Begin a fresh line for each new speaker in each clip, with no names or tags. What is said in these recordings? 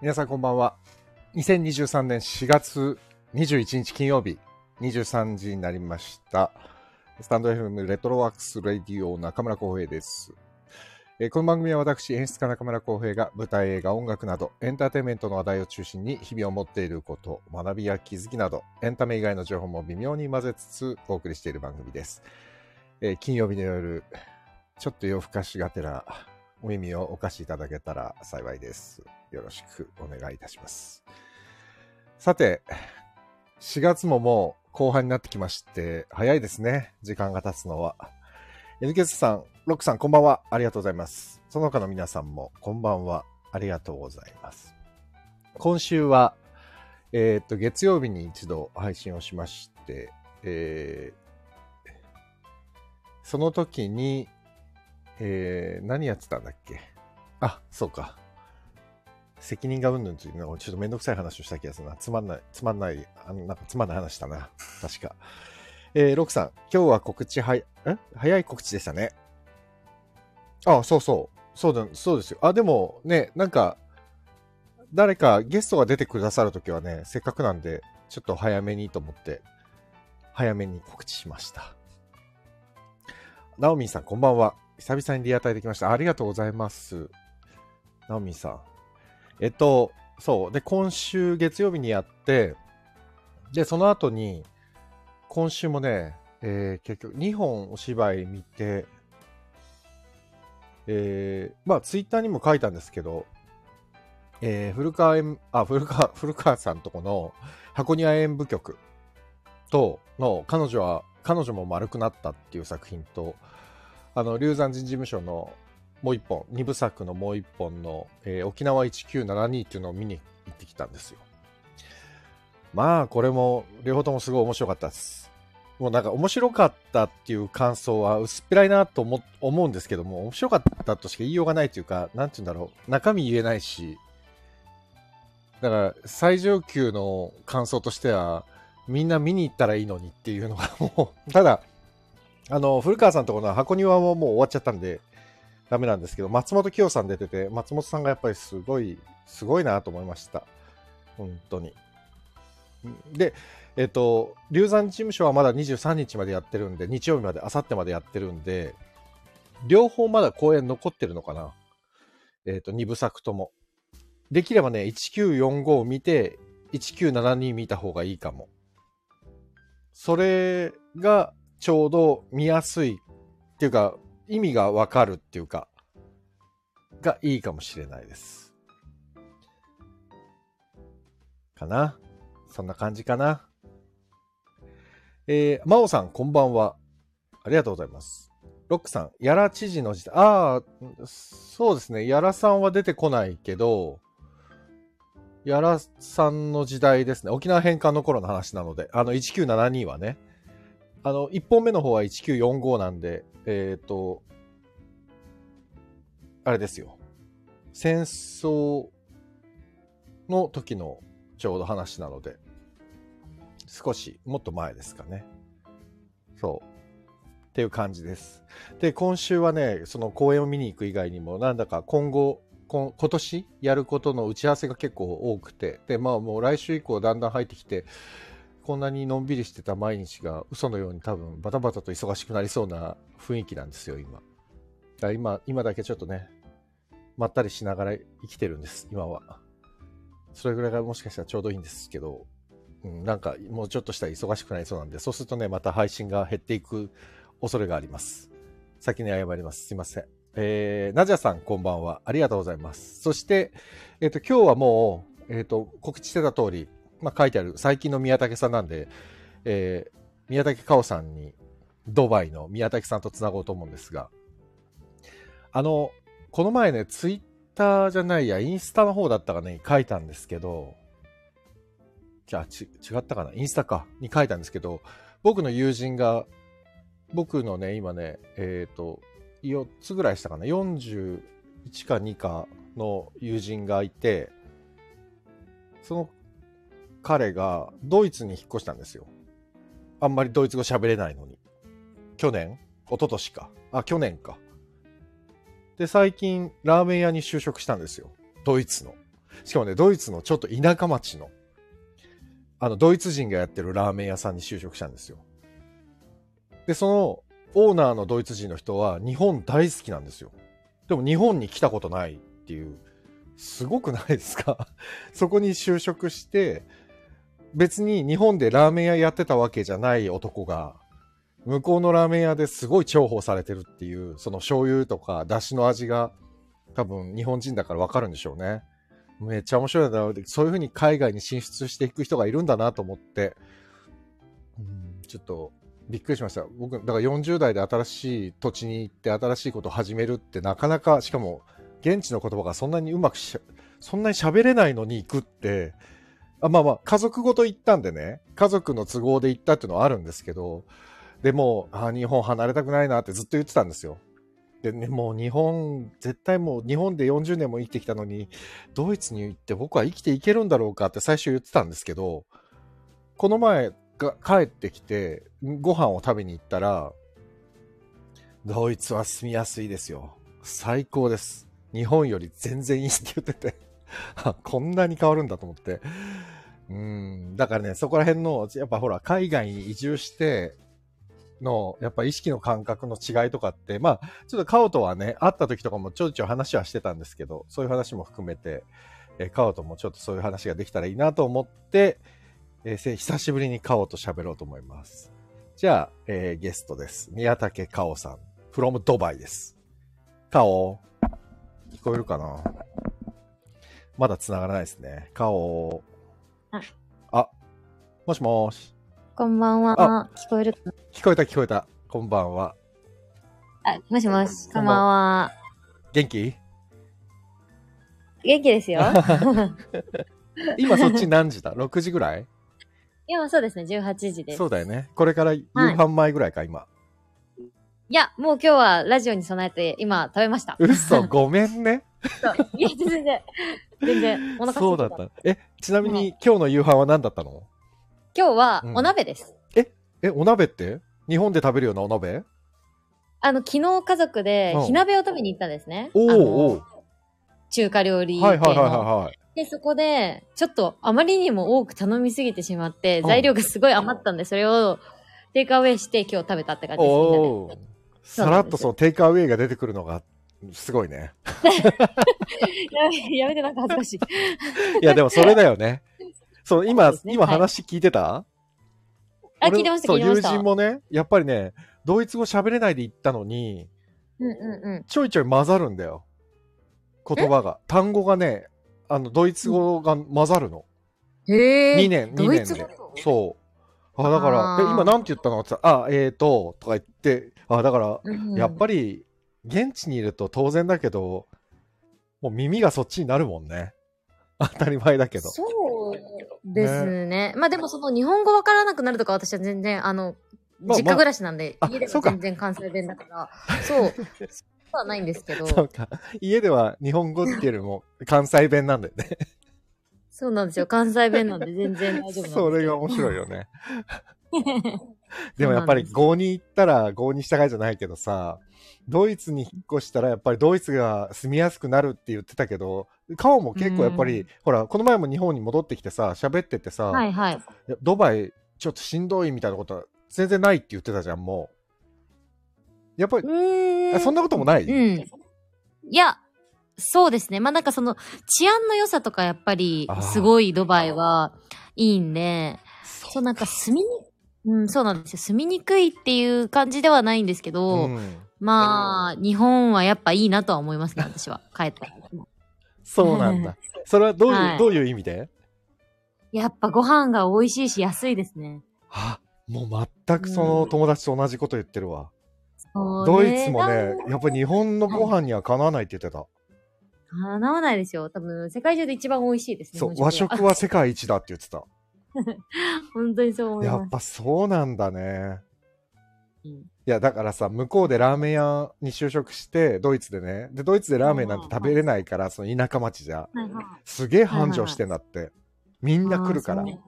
皆さんこんばんは。2023年4月21日金曜日、23時になりました。スタンド FM レトロワークスレディオ中村光平です。えーこの番組は私、演出家中村光平が舞台、映画、音楽などエンターテインメントの話題を中心に日々を持っていること、学びや気づきなどエンタメ以外の情報も微妙に混ぜつつお送りしている番組です。えー金曜日の夜、ちょっと夜更かしがてらお耳をお貸しいただけたら幸いです。よろしくお願いいたします。さて、4月ももう後半になってきまして、早いですね、時間が経つのは。NK さん、ロックさん、こんばんは。ありがとうございます。その他の皆さんも、こんばんは。ありがとうございます。今週は、えーっと、月曜日に一度配信をしまして、えーその時に、えー何やってたんだっけあ、そうか。責任がうんぬんというのをちょっとめんどくさい話をした気がするな。つまんない、つまんない、あのなんかつまんない話だな。確か。えー、ロクさん、今日は告知はい、え早い告知でしたね。あ、そうそう。そうだ、そうですよ。あ、でもね、なんか、誰かゲストが出てくださるときはね、せっかくなんで、ちょっと早めにと思って、早めに告知しました。ナオミンさん、こんばんは。久々にリアタイできました。ありがとうございます。ナオミンさん。えっと、そう。で、今週月曜日にやって、で、その後に、今週もね、えー結局2本お芝居見て、えーまあ、ツイッターにも書いたんですけど、えー古川演、あ、古川、古川さんとこの箱庭演舞曲との、彼女は、彼女も丸くなったっていう作品と、あの、龍山人事務所のもう一本、二部作のもう一本の、えー沖縄1972っていうのを見に行ってきたんですよ。まあ、これも、両方ともすごい面白かったです。もうなんか面白かったっていう感想は薄っぺらいなと思思うんですけども、面白かったとしか言いようがないというか、なんて言うんだろう、中身言えないし、だから最上級の感想としては、みんな見に行ったらいいのにっていうのがもう、ただ、あの、古川さんとこの箱庭ももう終わっちゃったんで、ダメなんですけど、松本清さん出てて、松本さんがやっぱりすごい、すごいなと思いました。本当に。で、えっと、流産事務所はまだ23日までやってるんで、日曜日まで、あさってまでやってるんで、両方まだ公演残ってるのかな。えっと、2部作とも。できればね、1945を見て、1972見た方がいいかも。それがちょうど見やすいっていうか、意味がわかるっていうか、がいいかもしれないです。かな。そんな感じかな。えー、真央さん、こんばんは。ありがとうございます。ロックさん、やら知事の時代。ああ、そうですね。やらさんは出てこないけど、やらさんの時代ですね。沖縄返還の頃の話なので、あの、1972はね。あの、1本目の方は1945なんで、えっ、と、あれですよ。戦争の時のちょうど話なので、少し、もっと前ですかね。そう。っていう感じです。で、今週はね、その公演を見に行く以外にも、なんだか今後、こん今年やることの打ち合わせが結構多くて、で、まあもう来週以降だんだん入ってきて、こんなにのんびりしてた毎日が嘘のように多分バタバタと忙しくなりそうな雰囲気なんですよ、今。だから今、今だけちょっとね、まったりしながら生きてるんです、今は。それぐらいがもしかしたらちょうどいいんですけど、うん、なんかもうちょっとしたら忙しくなりそうなんで、そうするとね、また配信が減っていく恐れがあります。先に謝ります。すいません。えー、ナジャさん、こんばんは。ありがとうございます。そして、えっ、と、今日はもう、えっ、と、告知してた通り、まあ、書いてある、最近の宮武さんなんで、えー、宮武かおさんに、ドバイの宮武さんとつなごうと思うんですが、あの、この前ね、ツイッターじゃないや、インスタの方だったかね、書いたんですけど、じゃあ、ち、違ったかなインスタか、に書いたんですけど、僕の友人が、僕のね、今ね、えっ、と、4つぐらいしたかな、41か2かの友人がいて、その彼がドイツに引っ越したんですよ。あんまりドイツ語喋れないのに。去年一昨年か。あ、去年か。で、最近、ラーメン屋に就職したんですよ。ドイツの。しかもね、ドイツのちょっと田舎町の、あの、ドイツ人がやってるラーメン屋さんに就職したんですよ。で、その、オーナーのドイツ人の人は日本大好きなんですよ。でも日本に来たことないっていう、すごくないですか そこに就職して、別に日本でラーメン屋やってたわけじゃない男が、向こうのラーメン屋ですごい重宝されてるっていう、その醤油とか出汁の味が多分日本人だからわかるんでしょうね。めっちゃ面白いな。そういう風に海外に進出していく人がいるんだなと思って、うんちょっとびっくりしました。僕、だから40代で新しい土地に行って新しいことを始めるってなかなか、しかも現地の言葉がそんなにうまくしゃ、そんなに喋れないのに行くって、あまあまあ、家族ごと行ったんでね、家族の都合で行ったっていうのはあるんですけど、でもう、あー日本離れたくないなってずっと言ってたんですよ。でね、もう日本、絶対もう日本で40年も生きてきたのに、ドイツに行って僕は生きていけるんだろうかって最初言ってたんですけど、この前が帰ってきて、ご飯を食べに行ったら、ドイツは住みやすいですよ。最高です。日本より全然いいって言ってて、あ こんなに変わるんだと思って。うん、だからね、そこら辺の、やっぱほら、海外に移住しての、やっぱ意識の感覚の違いとかって、まあ、ちょっとカオとはね、会った時とかもちょいちょい話はしてたんですけど、そういう話も含めて、えーカオともちょっとそういう話ができたらいいなと思って、えーせ久しぶりにカオと喋ろうと思います。じゃあ、えーゲストです。宮武カオさん、from ドバイです。カオ、聞こえるかなまだ繋がらないですね。カオ
あ、
あ、もしもし。
こんばん
あ
は。聞こえるかな
聞こえた聞こえた。こんばんは。
あ、もしもし、
こ
こ
ん
ん
ば
ば
ん
んは。
元気
元気 ですよ。
今そっち何時 だ ?6 時ぐらい
今そうですね、18時です。
そうだよね。これから夕飯前ぐらいか、今。
いや、もう今日はラジオに備えて今食べました。
嘘、ごめんね。
いや、全然、全然、 お腹空
そ
いう
だ
て。
ったた。え、ちなみに今日の夕飯は何だったの
今日は
うん
お鍋です。
え、お鍋って日本で食べるようなお鍋
あの、昨日家族で
うん
火鍋を食べに行ったんですね。
お
あ
ー
の
お
中華料理
ー
系の、
はいはいはいはいはい。
で、そこで、ちょっとあまりにも多く頼みすぎてしまって、
うん
材料がすごい余ったんで、それをテイクアウェイして今日食べたって感じです。みんなで
おーさらっとそのテイクアウェイが出てくるのがすごいね。
やめやめてなんか恥ずかしい。
いや、でもそれだよ ね。そう、今、
そうですね
今
はい
話聞いてた、
あ、
俺
聞いてました、
そ
聞
う
いてました。
友人もね、やっぱりね、ドイツ語喋れないで行ったのに、
うんうんうん。
ちょいちょい混ざるんだよ。言葉が。単語がね、あの、ドイツ語が混ざるの。
へ
2年、2
ドイ
年
ツ語
で。そう。あ、だから、
あー
え、今なんて言ったのって言ったら、あ、えーと、とか言って、あ、だから、やっぱり、現地にいると当然だけど、もう耳がそっちになるもんね。当たり前だけど。
そうですねまあでもその日本語わからなくなるとか私は全然あの、
まあ
実家暮らしなんで、
あ
家で
そう
は
か
全然関西弁だからそうそうはないんですけど
そ
そう
うか。家では日本語っていうよりも関西弁なんだよね。
なんですよ関西弁なんで全然大丈夫なんですけど
それが面白いよ ね。でもやっぱり郷に行ったら郷に従いじゃないけどさ、ドイツに引っ越したらやっぱりドイツが住みやすくなるって言ってたけど、顔も結構やっぱり、
う
ほら、この前も日本に戻ってきてさ、喋っててさ、
はいはい
いやドバイちょっとしんどいみたいなことは全然ないって言ってたじゃん、もう。やっぱり
う、ー
あ
ん
そんなこともない、
うんいやそうですねまあなんかその治安の良さとかやっぱり
あー
すごいドバイはいいんで
そ
そう、なんか住みに、うん、そうなんですよ。住みにくいっていう感じではないんですけど、
うん
まあ、日本はやっぱいいなとは思いますね、私は。 帰ったら。
そうなんだ。それはどういう、
はい
どういう意味で
やっぱご飯が美味しいし安いですね。
あ、もう全くその友達と同じこと言ってるわ。
そう
ドイツもね
なん、
やっぱり日本のご飯にはかなわないって言ってた。
かなわないですよ。多分、世界中で一番美味しいですね。
そう、
本
和
当に
食は世界一だって言ってた。
本当にそう思い
やっ
ます。
ぱそうなんだね。
うん
いや、だからさ、向こうでラーメン屋に就職して、ドイツでね。で、ドイツでラーメンなんて食べれないから、その田舎町じゃ。
はいはい
すげえ繁盛してんだって。みんな来るから
あー。そう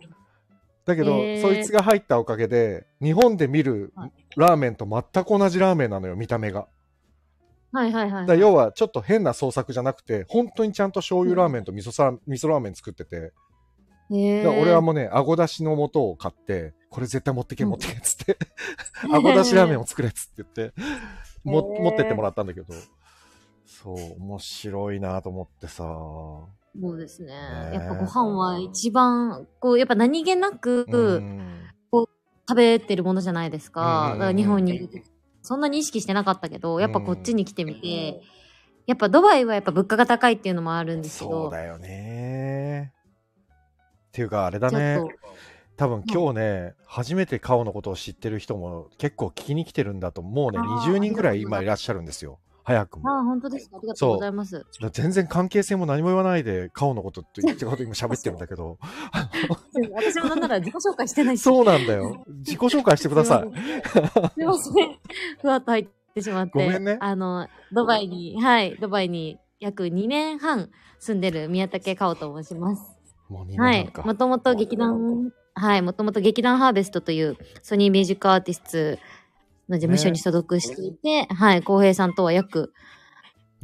だけど、
へー
そいつが入ったおかげで、日本で見る
はい
ラーメンと全く同じラーメンなのよ、見た目が。
はいはいは
だ
い
か
は
ら
い。
要はちょっと変な創作じゃなくて、本当にちゃんと醤油ラーメンと味噌さ味噌ラーメン作ってて、
へ
だ
ー
から俺はもうね、あごだしの素を買って、これ絶対持ってけ持ってけっつ って、あごだしラーメンを作れっつって言って、も
へー
持ってってもらったんだけど、そう、面白いなと思ってさ、
そうですね
ね。
やっぱご飯は一番、こう、やっぱ何気なく
うん
食べてるものじゃないですか。
うん
だから日本にいる時そんなに意識してなかったけど、やっぱこっちに来てみ
う
て、やっぱドバイはやっぱ物価が高いっていうのもあるんですけ
そう
ど、
だよね。っていうか、あれだ
ちょ
ね
っと、、
多分今日ね、初めて顔のことを知ってる人も結構聞きに来てるんだと、もうね、
あー
20人ぐらい
ありがとうご
今
ざいます
いらっしゃるんですよ。早くも。
ああ、本当ですか。ありがとうございます。
全然関係性も何も言わないで、顔のことって言ってこと今喋ってるんだけ ど。
私もなんなら自己紹介してないし。
そうなんだよ。自己紹介してくだ さい。
すいません。ふわっと入ってしまって。
ごめんね
あの、ドバイに、はい、ドバイに約2年半住んでる宮武かおと申します。
もう2年
は
ないんか。。
もともと劇団、はい、もともと劇団ハーベストというソニーミュージックアーティストの事務所に所属していて、はい、浩平さんとは約、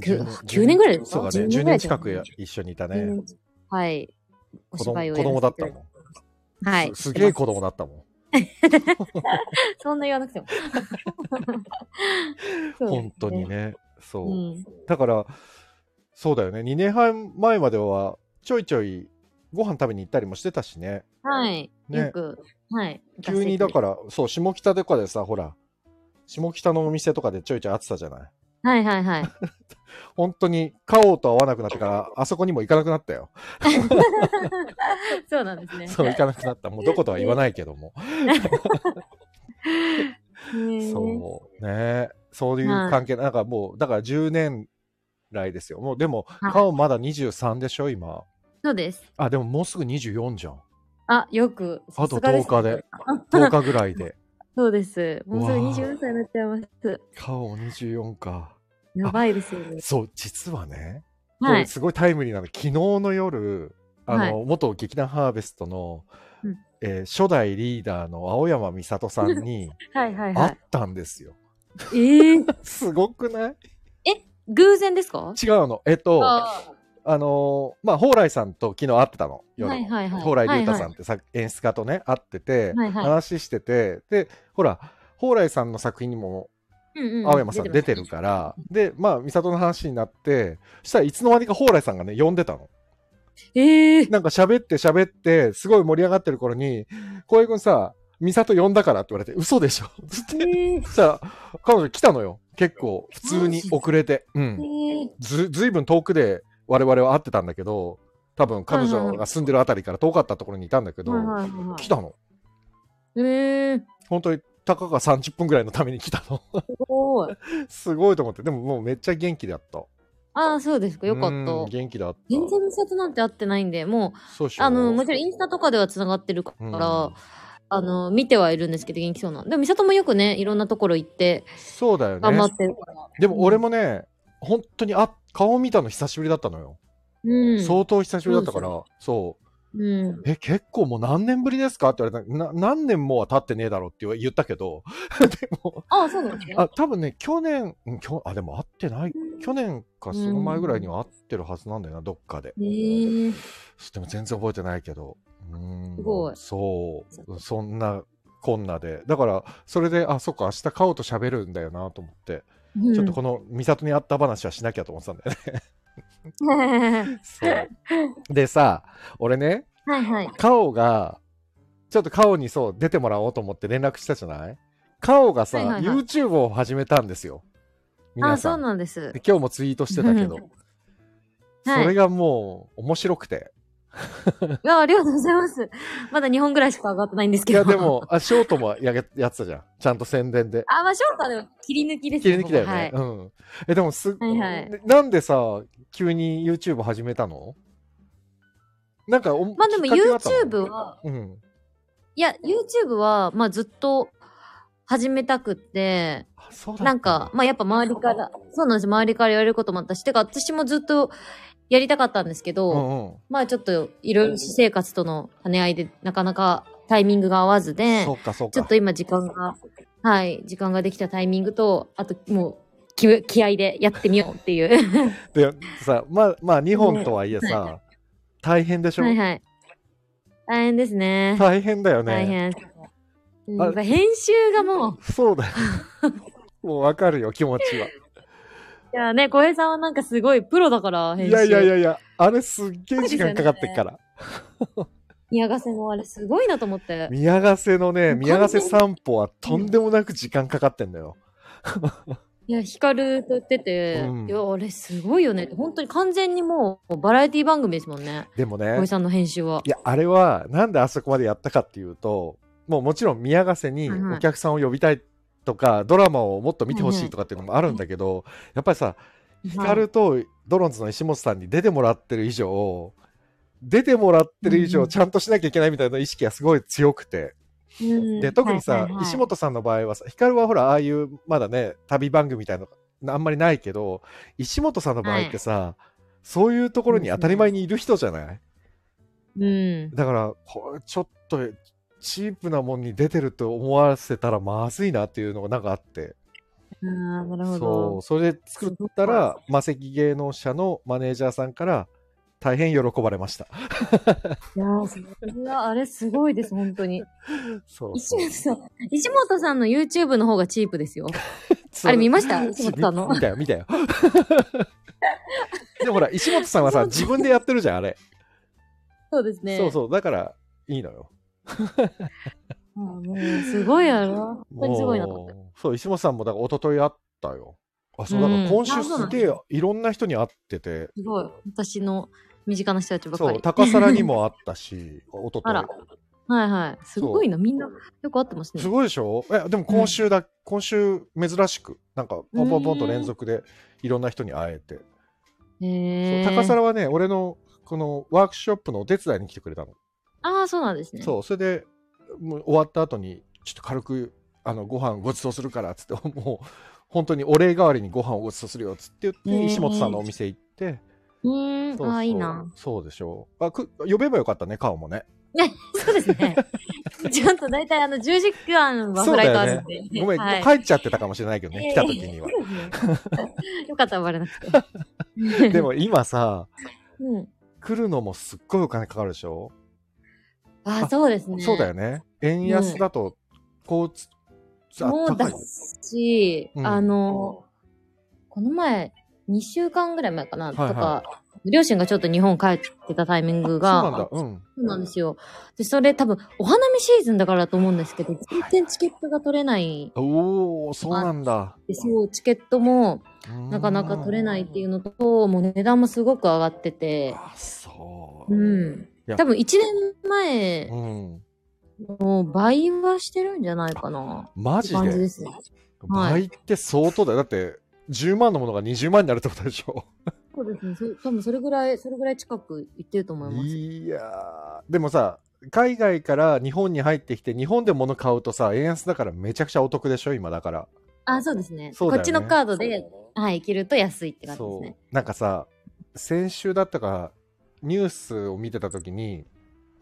10
9年ぐらい
そうだね。
10年
10
ぐ
年
らいだよ
近く一緒にいたね。
はい、お
子供
芝居を
子供だった
やら
も
せてい
ん。
だはい
すすげえ子供だったもん。
ただいてそんな言わなく ても。そうですね
本当に。ね。そうう。
ん。
だから、そうだよね。2年半前までは、ちょいちょいご飯食べに行ったりもしてたしね。
はい、
ね
よく、はい。
急にだから、そう、下北とかでさ、ほら、下北のお店とかでちょいちょい会ってたじゃない。
ら。はいはいはい。
本当に、買おうと会わなくなってから、あそこにも行かなくなったよ。
そうなんですね。
そう、行かなくなった。もうどことは言わないけども。
そ
そう、ね。そういう関係、なんかもう、だから10年来ですよ。もう、でも、
はい
顔まだ23でしょ、今。
そうです。
あ、でももうすぐ24じゃん。
あ、よく。
あと
さすが
10
す
日で。10日ぐらいで。
そうです。もうすぐ
うわー
24歳になっちゃいます。
顔24か。
やばいですよね。
そう、実はね、こ
は
れ
い。
すごいタイムリーなの。昨日の夜、あの、
は
元劇団ハーベストの、
うん
えー初代リーダーの青山美里さんに
はい はいは
会っ
い。
たんですよ。
えー、
すごくない
偶然ですか
違うの。えっと、あ
あ
のーまあ、蓬莱さんと昨日会ってたの。夜
はいはいはい
蓬莱竜太さんってさ、演出家とね、会ってて、
はいはい
話してて、で、ほら、蓬莱さんの作品にも
うんうん
青山さん出てるから、で、まあ、美里の話になって、そしたらいつの間にか蓬莱さんがね、呼んでたの。
ええー、
なんか喋って喋って、すごい盛り上がってる頃に、浩平君さ、美里呼んだからって言われて、嘘でしょ つっ
え
て。そしたら、彼女来たのよ。結構、普通に遅れて。うん。
ー、
ず、ずいぶん遠くで我々は会ってたんだけど、多分彼女が住んでるあたりから遠かったところにいたんだけど、
はいはいはいはい
来たの。
えー、す
本当に、たかが30分ぐらいのために来たの。
ごい。
すごいと思って。でももうめっちゃ元気だった。
ああ、そうですか。よかっ
うん
た。
元気だった。
全然美里なんて会ってないんで、も
そうでし
う、
ょ
あの、もちろんインスタとかでは繋がってるか
うん
ら、あの、見てはいるんですけど、元気そうな。でも、美里もよくね、いろんなところ行って、
そうだよ
頑張
ね。
ってるから。
でも俺もね、本当に、あ、顔見たの久しぶりだったのよ。
うん。
相当久しぶりだったから、そう。
うん。
え、結構もう何年ぶりですかって言われたな何年もは経ってねえだろうって言ったけど、 でも、
ああ、そうなんですね。
あ、多分ね、去年、うんきょあ、でも会ってない。去年かその前ぐらいには会ってるはずなんだよな、どっかで。
えー、
でも全然覚えてないけど。うん
すごい
そう。そんな、こんなで。だから、それで、あ、そっか、明日カオと喋るんだよなと思って、ちょっとこの、美里に会った話はしなきゃと思ってたんだよね。
うん はい
そう。でさ、俺ね、
はい。
カオが、ちょっとカオにそう、出てもらおうと思って連絡したじゃないカオがさ、
はいはいはい
YouTube を始めたんですよ。
あ
皆
あ、
さ。
そうんなんです
で。今日もツイートしてたけど。
はい
それがもう、面白くて。
いや、ありがとうございます。まだ2本ぐらいしか上がってないんです
い
けど。
や、で。も、あ、ショートもやげやってたじゃん。ちゃんと宣伝で。
あ、まあ、ショートはでも切り抜きです
切り抜きだよね。
はい。
うん。え、でもす、
はいはい
でなんでさ、急に YouTube 始めたのなんかお、
まあでも
きっかけがあったの
YouTube は、
うん。
いや、YouTube は、まあずっと始めたくって、
あ、そうだっただ
なんか、、まあやっぱ周りから、そうなんです、周りから言われることもあったし、てか私もずっとやりたかったんですけど、
うんうん。
まあちょっといろいろ私生活との兼ね合いでなかなかタイミングが合わずで
そ、っかそっか。
ちょっと今時間が、はい、時間ができたタイミングと、あともう、気気合でやってみようっていう。
でさまあまあ日本とはいえさ、大変でしょ、
はいはい。大変ですね。
大変だよね
大変。うん
あ
やっぱ編集がもう、
そうだよもうわかるよ気持ちはい
やね、小平さんはなんかすごいプロだから、編
い
集。
やいやいやいやあれすっげえ時間かかってっから、
宮ヶ瀬もあれすごいなと思って。
宮ヶ瀬のね
もう完全に
宮ヶ瀬散歩はとんでもなく時間かかってんだよ、
いや、光と出て、
うん
いや、あれすごいよね。本当に完全にもう、バラエティ番組ですもんね。
でも
小
ね
平さんの編集は。
いやあれはなんであそこまでやったかっていうともうもちろん宮ヶ瀬に
はいはい
お客さんを呼びたいとか、ドラマをもっと見てほしいとかっていうのもあるんだけど、やっぱりさ光とドロンズの石本さんに出てもらってる以上出てもらってる以
うんう
上
ん
ちゃんとしなきゃいけないみたいな意識がすごい強くて、
うん
で特にさ、
はいはいはい
石本さんの場合はさ光はほらああいうまだね旅番組みたいなのあんまりないけど石本さんの場合ってさ、そういうところに当たり前にいる人じゃない、
うん。
だからこれちょっとチープなもんに出てると思わせたらまずいなっていうのがなんかあって
ああ、なるほ
そ
ど
う。それで作ったら魔石芸能者のマネージャーさんから大変喜ばれました
いやー、それはあれすごいです、本当に。
そう
石
そう
本さん、石本さんの YouTube の方がチープですよ。
そ
あれ見ま
し
した石本さんの。
見たよ見たよ でもほら石本さんはさ自分でやってるじゃんあれ、
そうですね。
そうそうだからいいのよ
あーもうすごいやろ。本当にすごいなと思って。
もうそう石本さんもだから一昨日会ったよあそうだから
うん
今週
あそうな
す
んだ
げえいろんな人に会ってて
すごい。私の身近な人たちばか
そう
り。
高皿にもあったし一
あ
昨
ら
日
はいはい。すごいな。みんなよく会ってますね
す。ごいでしょえでも今週だ、今週珍しくなんかポンポンポンと連続でいろんな人に会えて、
へえ。
そう高皿はね俺のこのワークショップのお手伝いに来てくれたの、
ああ、そうなんですね。
そうそれでもう終わった後にちょっと軽くあのご飯ごちそうするからっつって もう本当にお礼代わりにご飯をごちそうするよっつって言って
ねえ
石本さんのお店行って、
うーん。
そうそう
ああ、いいな。
そうでしょうあく呼べばよかったね顔もね
ね、そうですね。 ちょっと大体あの、10時間はフライトあるんで。
ごめん、
はい
帰っちゃってたかもしれないけどね、来た時 には
え えよかった、バレなくて。
で、も今さ
うん。
来るのもすっごいお金かかるでしょ、
あ
あ
あ、そうですね。
そうだよね円安だと交通、あ
もう
高
だ
い
し、
うん
あの、この前、2週間ぐらい前かな、
はいはい
とか、両親がちょっと日本帰ってたタイミングが、
そうなんだうん
そうなんですよ。で、それ多分、お花見シーズンだからだと思うんですけど、全然チケットが取れない
おおそうなんだ
で、そう、チケットもなかなか取れないっていうのと、もう値段もすごく上がってて、
あそう、
うん
や。
多分1年前
うん、
の倍はしてるんじゃないかな。
マジ
感じ
で
ですね。はい
倍って相当だよだって10万のものが20万になるってことでしょ
そうですね。そ多分それぐらい、それぐらい近く行ってると思います。
いやーでもさ海外から日本に入ってきて日本で物買うとさ円安だからめちゃくちゃお得でしょ今だから
あ、そうですね。
そうだ
こ
よね
っちのカードで、はい、行けると安いって感じですね。
そうなんかさ先週だったかニュースを見てた時に、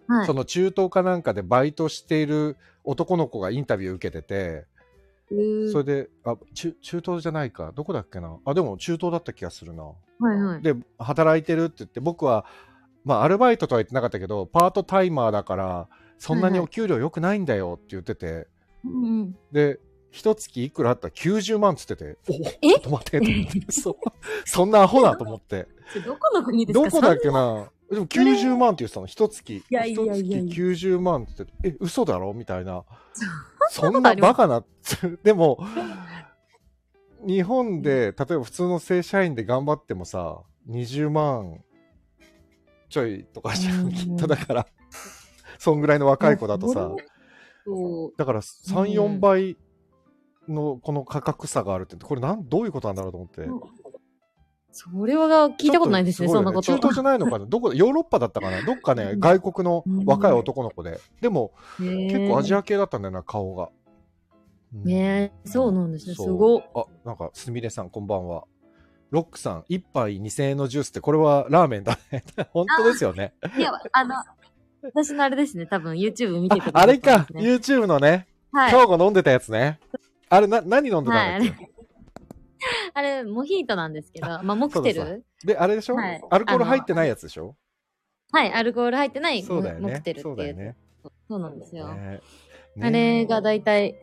はい
そ。の中東かなんかでバイトしている男の子がインタビュー受けてて、
うー
それであ中中東じゃないかどこだっけなあでも中東だった気がするな、
はいはい。
で働いてるって言って僕はまあアルバイトとは言ってなかったけどパートタイマーだからそんなにお給料良くないんだよって言ってて、
うんうん。
で一月いくらあったら90万っつっててお
え
ちょっと待ってと思って そうそんなアホなと思って。
それどこの国です
ど
か
こだっけなでも90万って言ってたの、一月。一
やいやいやいや
月90万って言って、え、嘘だろみたいな。
そ
そ
んなんこと
な
ありま
バカな、でも、 日本で、例えば普通の正社員で頑張ってもさ、20万ちょいとかじゃ、
うんん
きっとだから、そんぐらいの若い子だとさ、
そう
だから3、
う
4
ん
倍のこの価格差があるって、これなん、どういうことなんだろうと思って。
それは聞いたことないですね、
ちょ
そ
っ
んな
と
こ
すごいよね中
と。
東じゃないの かなどこだヨーロッパだったかなどっかね、
うん
外国の若い男の子で。でも、
結
結構アジア系だったんだよな、顔が。うん
ねえそうなんですね
そう
すごっ
あ、なんか、すみれさん、こんばんは。ロックさん、一杯2000円のジュースって、これはラーメンだね。 本当ですよね。
いや、あの、私のあれですね、多分 YouTube 見てた
あれか、
と思うんですね
YouTube のね、
はい。
今日も飲んでたやつね。あれ、な、何飲んでたんだっけ、
ああれ、モヒートなんですけど、まあ、モクテル
で、あれでしょ、
はい
アルコール入ってないやつでしょ
はい、アルコール入ってない
そうだよ
モモ
ね
クテル。って
そうだ
い
よ
う。
ね。
そうなんですよ。
ね
あれが大体、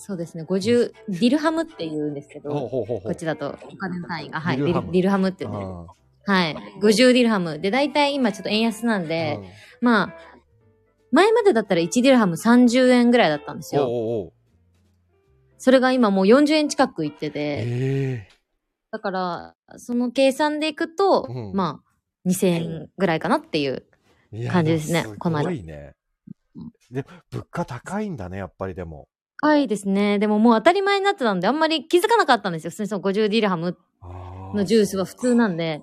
そうですね、50、ディルハムって言うんですけ
ほう
ど、
ほうほうほ
こっ
う。
ちだとお金の単位が、はい、
デ
デ
ィル
ィ
ハム
ルディルハムって言うんです。
あ
はい、50ディルハム。で、大体今ちょっと円安なん
ーう、
で
ん
まあ、前までだったら1ディルハム30円ぐらいだったんです
おう
よ。
おうおう
それが今もう40円近くいってて、
ええ
だから、その計算でいくと、
うん
まあ、2000円ぐらいかなっていう。
いや
感じですね
もう
この
す
間
ごいね。で、物価高いんだね、やっぱりでも。
高いですね。でももう当たり前になってたんで、あんまり気づかなかったんですよ。普通にその50ディルハムの
の
ジュースは普通なんで。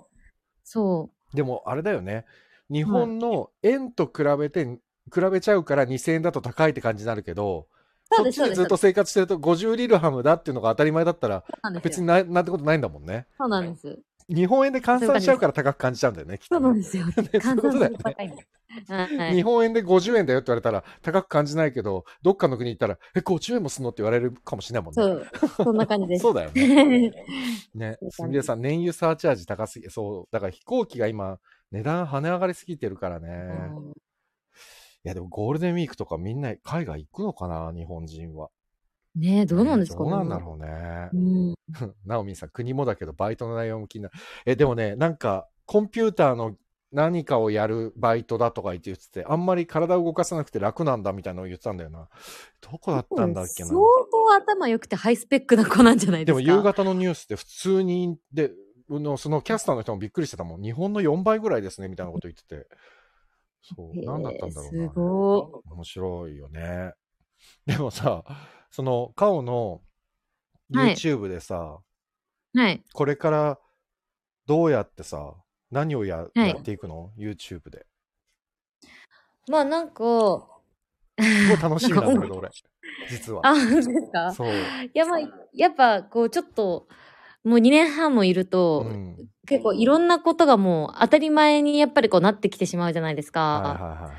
そ
でもあれだよね。日本の円と比べて、比べちゃうから2000円だと高いって感じになるけど、
う。そ
っ
うです、
ち
そう
で
です。
ずっと生活してると50リルハムだっていうのが当たり前だったら、
そうなんです
別に
よ。
ななんてことないんだもんね。
そうなんです。
日本円で換算しちゃうから高く感じちゃうんだよね、きっ
そ
と
うなん
ね、
ですよ。
ね
換
そういうことだよね
算する高いんです。は
日
い。
本円で50円だよって言われたら高く感じないけど、どっかの国行ったら、え、50円もすんのって言われるかもしれないもんね。
そう。そんな感じです。
そうだよね。ね
そういう感、じ
すみれさん、燃油サーチャージ高すぎ、そう、だから飛行機が今、値段跳ね上がりすぎてるからね。
うん
いや、でもゴールデンウィークとかみんな海外行くのかな、日本人は。
ねえ、どうなんですか
ねどうなんだろう
う
ね。
ん。
ナオミンさん、国もだけど、バイトの内容も気になる。え、でもね、なんか、コンピューターの何かをやるバイトだとか言って言ってて、あんまり体を動かさなくて楽なんだみたいなのを言ってたんだよな。どこだったんだっけな。
相当頭良くてハイスペックな子なんじゃない
で
です
も
か。
夕方のニュースで普通に、で、のそのキャスターの人もびっくりしてたもん。日本の4倍ぐらいですね、みたいなこと言ってて。そう、何だったんだろうな。
えーすご
面白いよね。でもさ、その、カオの
はい
YouTube でさ、
い。はい。
これからどうやってさ、何をや,、
はい
やっていくの ?YouTube で。
まあなんか、
すごい楽しみなんだけ ど、俺。実は。
あ、本当ですか
そう。
いや、まあ、やっぱこうちょっと、もう2年半もいると、
うん。
結構いろんなことがもう当たり前にやっぱりこうなってきてしまうじゃないですか。
はいは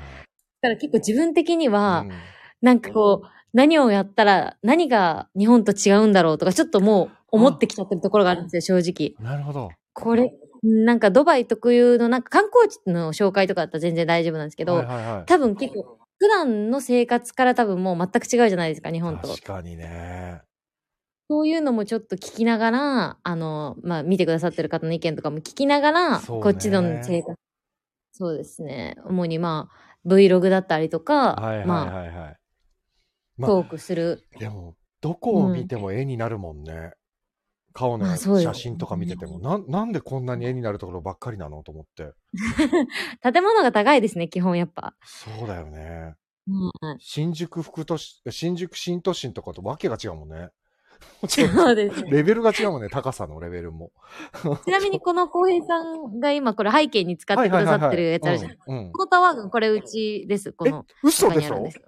だから結構自分的に
い
は、
はい。うん
なんかこう、何をやったら、何が日本と違うんだろうとか、ちょっともう思ってきちゃってるところがあるんですよ、正直。
なるほど。
これ、なんかドバイ特有のなんか観光地の紹介とかだったら全然大丈夫なんですけど、
はいはいはい、
多分結構、普段の生活から多分もう全く違うじゃないですか、日本と。
確かにね。
そういうのもちょっと聞きながら、あの、まあ、見てくださってる方の意見とかも聞きながら、
そうね
こっちの生活。そうですね。主にまあ、Vlog だったりとか、
はいはい
まあ、
はいはい。まあ
トークする。
でも、どこを見ても絵になるもんね。顔
ま
の
あそうです
写真とか見てても、なんなんでこんなに絵になるところばっかりなのと思って。
建物が高いですね、基本やっぱ。
そうだよね。
はい
新宿副都市、新宿新都心とかとわけが違うもん ね。もちろん
そうですね。
レベルが違うもんね、高さのレベルも。
ちなみにこの浩平さんが今これ背景に使ってくださってるやつあるじゃない
うんうん
このタワー群、これうちです。こ
え
の、
嘘で
中に
し
あるん
ょ
です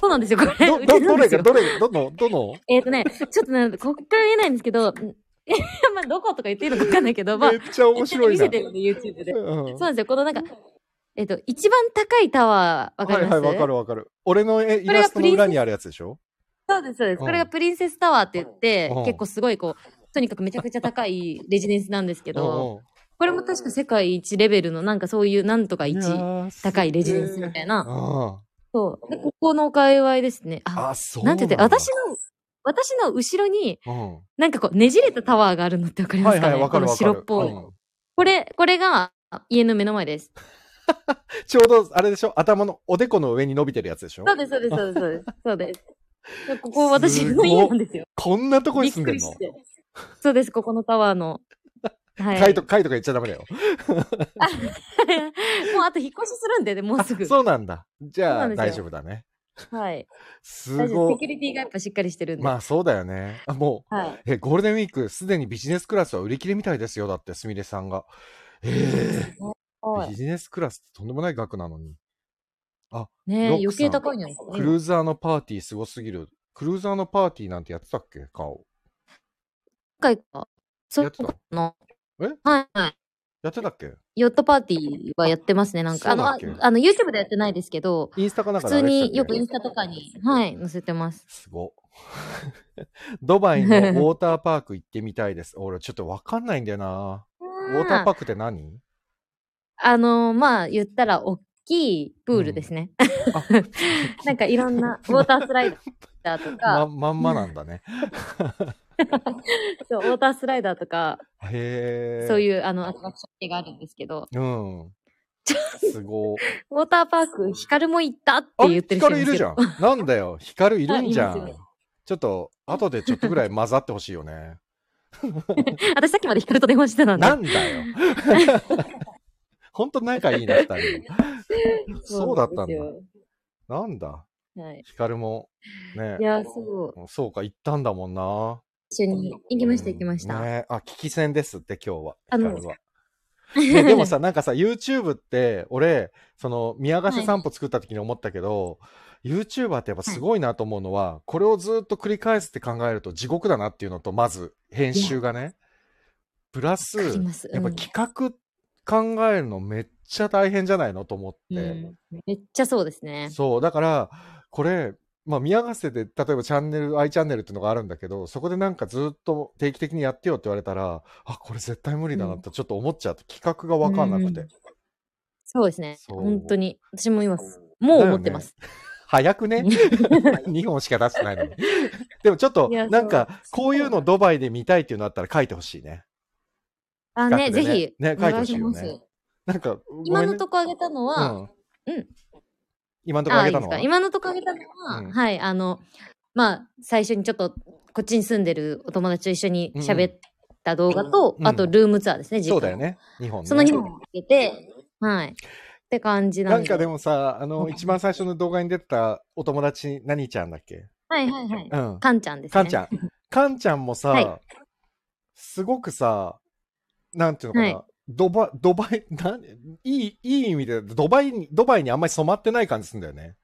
そうなんですよ、これ。
ど、
う
ど、
ちな
ど
んで
れ
すよ
が、どれ、どの、どの
えっ、とね、ちょっとね、こっから言えないんですけど、んまあ、どことか言っていいのかわかんないけど、まあ
め、っちゃ面白い
見
な。
せてるんで、YouTube で。
うん
そうなんですよ。このなんか、えっ、と、一番高いタワー、わか
は
り
い
ます
はい、わかるわかる。俺の絵イラストの裏にあるやつでしょ
そうです、そうです。
うん
これがプリンセスタワーって言って
うん、
結構すごいこう、とにかくめちゃくちゃ高いレジデンスなんですけど、
うんうん
これも確か世界一レベルの、なんかそういう、なんとか
いや
一
ー
高いレジデンスみたいな。
あ
そう。で、ここの界隈ですね。あ、
あ、そう
な
ん
んて
だ
言って、私の、私の後ろに、
うん
なんかこう、ねじれたタワーがあるのってわかりま
は
す
い
か
は
ね、
い、わかる
こ
わ
の
かる。
白っぽい。
うん
これ、これが、家の目の前です。
ちょうど、あれでしょ頭のおでこの上に伸びてるやつでしょ
そうです、そうです、そうです、そうです。そう です。でここ私の家なんですよ。
こんなとこに住んでん
びっ
の
くりしてそうです、ここのタワーの。は
カイ
い。
と、カイとか言っちゃダメだよ。
もうあと引っ越しするんでね、もう
あ
すぐ。
そうなんだ。じゃ
そうな
あ、
んですよ
大丈夫だね。
はい。
す
大丈
ご
夫セ
い
キ。ュリティがやっぱしっかりしてるんで。
まあ、そうだよね。あ、も
はい。
う、え、ゴールデンウィーク、すでにビジネスクラスは売り切れみたいですよ。だって、すみれさんが。ええ
はい
ビジネスクラスってとんでもない額なのに。
ねえ
ロック
余
さん
計高いんじゃないですか
ク
ね。
ルーザーのパーティーすごすぎる。クルーザーのパーティーなんてやってたっけ顔。
今回か。そ
やってた
うの。
え
はいはい。
やってたっけ
ヨットパーティーはやってますね、なんか。あ
そ
の、
うだ
あ
っけ
あの YouTube でやってないですけど、
インスタかなん
普
かであ
通
れやってたっけ
によくインスタとかに、はい、載せてます。
すご。 ドバイのウォーターパーク行ってみたいです。俺、ちょっとわかんないんだよな。ウォーターパークって何
あのーまあ、言ったら、大きいプールですね。
あ
なんかいろんな、ウォータースライダー と
ま、
か、
まんまなんだね。
そう、ウォータースライダーとか、
へえ。
そう
う。
いう、あの、アトラクション系があるんですけど、
うん。
ちょ
すごい。
ウォーターパーク、ヒカルも行ったって
あ、
言ってる人
光
い
い
るん
る
ですけ
じ
ど
ゃん。 なんだよ、光いるんじゃ
あいます
ん
よ。
ちょっと、後でちょっとぐらい混ざってほしいよね。
私さっきまでヒカルと電話してたんで。
なんだ よ。ほんと仲いいな、二人。そうだったんだ。ななんだ。
だ。はい。
光も、ね
い。や、そう。
そうか、行ったんだもんな。
一緒に行きました、
うん
行きました。
ねあ、聞き戦ですって、今日は。
あの
光は。ねでも さ、なんかさ、YouTube って、俺、その、宮ヶ瀬散歩作った時に思ったけど、YouTuber ってやっぱすごいなと思うのは、これをずっと繰り返すって考えると地獄だなっていうのと、まず、編集がね。プラス、
わかります
やっぱ
うん
企画考えるのめっちゃ大変じゃないのと思って。
うんめっちゃそうですね。
そう、だから、これ、まあ、宮ヶ瀬で、例えばチャンネル、i チャンネルっていうのがあるんだけど、そこでなんかずっと定期的にやってよって言われたら、あ、これ絶対無理だなってちょっと思っちゃって、企画がわかんなくて。
うんそうですね。
そう
本当に。私も今、もう思ってます。
早く ね 2本しか出してないのに。でもちょっと
いや、そう
なんか、こういうのドバイで見たいっていうのあったら書いてほしいね。
あ、ね、
企画
ぜ
でね
ひ。
ね書いてほしいよね
お願ます
なんか、ごめんね
今のとこあげたのは、
うん。
うん
今のとこ
あ、
あげ
いい
た
で
の
す
は
か。今のとこあげたのは、
うん
はい、あの、まあ、最初にちょっと、こっちに住んでるお友達と一緒に喋った動画と、
うん
あと、ルームツアーですね、実家
そ
の
うだよ。ね。2本ね。
その2本あげて、はい。って感じな
なんん
で。
かでもさ、あの、
うん
一番最初の動画に出てたお友達、何ちゃんだっけ
はいはいはい。
うん。
かんちゃんですね。
かんちゃん。かんちゃんもさ、
はい
すごくさ、なんていうのかな、
は
ドバ、ドバイ、なん、いい、いい意味で、ドバイに、ドバイにあんまり染まってない感じするんだよね。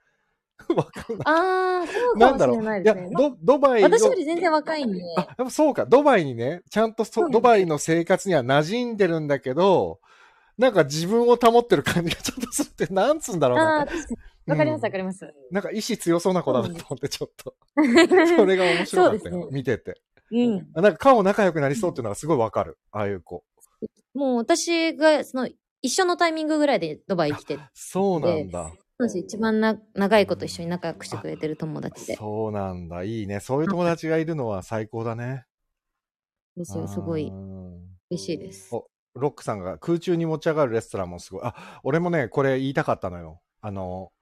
わかんない。
ああ、そう
なんだ
かもし
ろ
れ
う。
ない
い
で
や
すね。、
ド、ドバイの、
私より全然若いんで。
あ、でもそうか、ドバイにね、ちゃんとそ
そうなんです
ドバイの生活には馴染んでるんだけど、なんか自分を保ってる感じがちょっとするって、なんつうんだろうな。
ああー、確かに。わかりま
う
す、
ん
わかります。
なんか意志強そうな子だなと思って、ちょっと。それが面白かった
そうで
よ
す、ね
見てて。
うん。
なんか顔仲良くなりそうっていうのがすごいわかる。ああいう子。
もう私が、その、一緒のタイミングぐらいでドバイ来て、
そうなんだ。
そうです一番な長いこと一緒に仲良くしてくれてる友達で。
そうなんだ。いいね。そういう友達がいるのは最高だね。
ですよ、すごい
うん
嬉しいです
お。ロックさんが空中に持ち上がるレストランもすごい。あ、俺もね、これ言いたかったのよ。あの、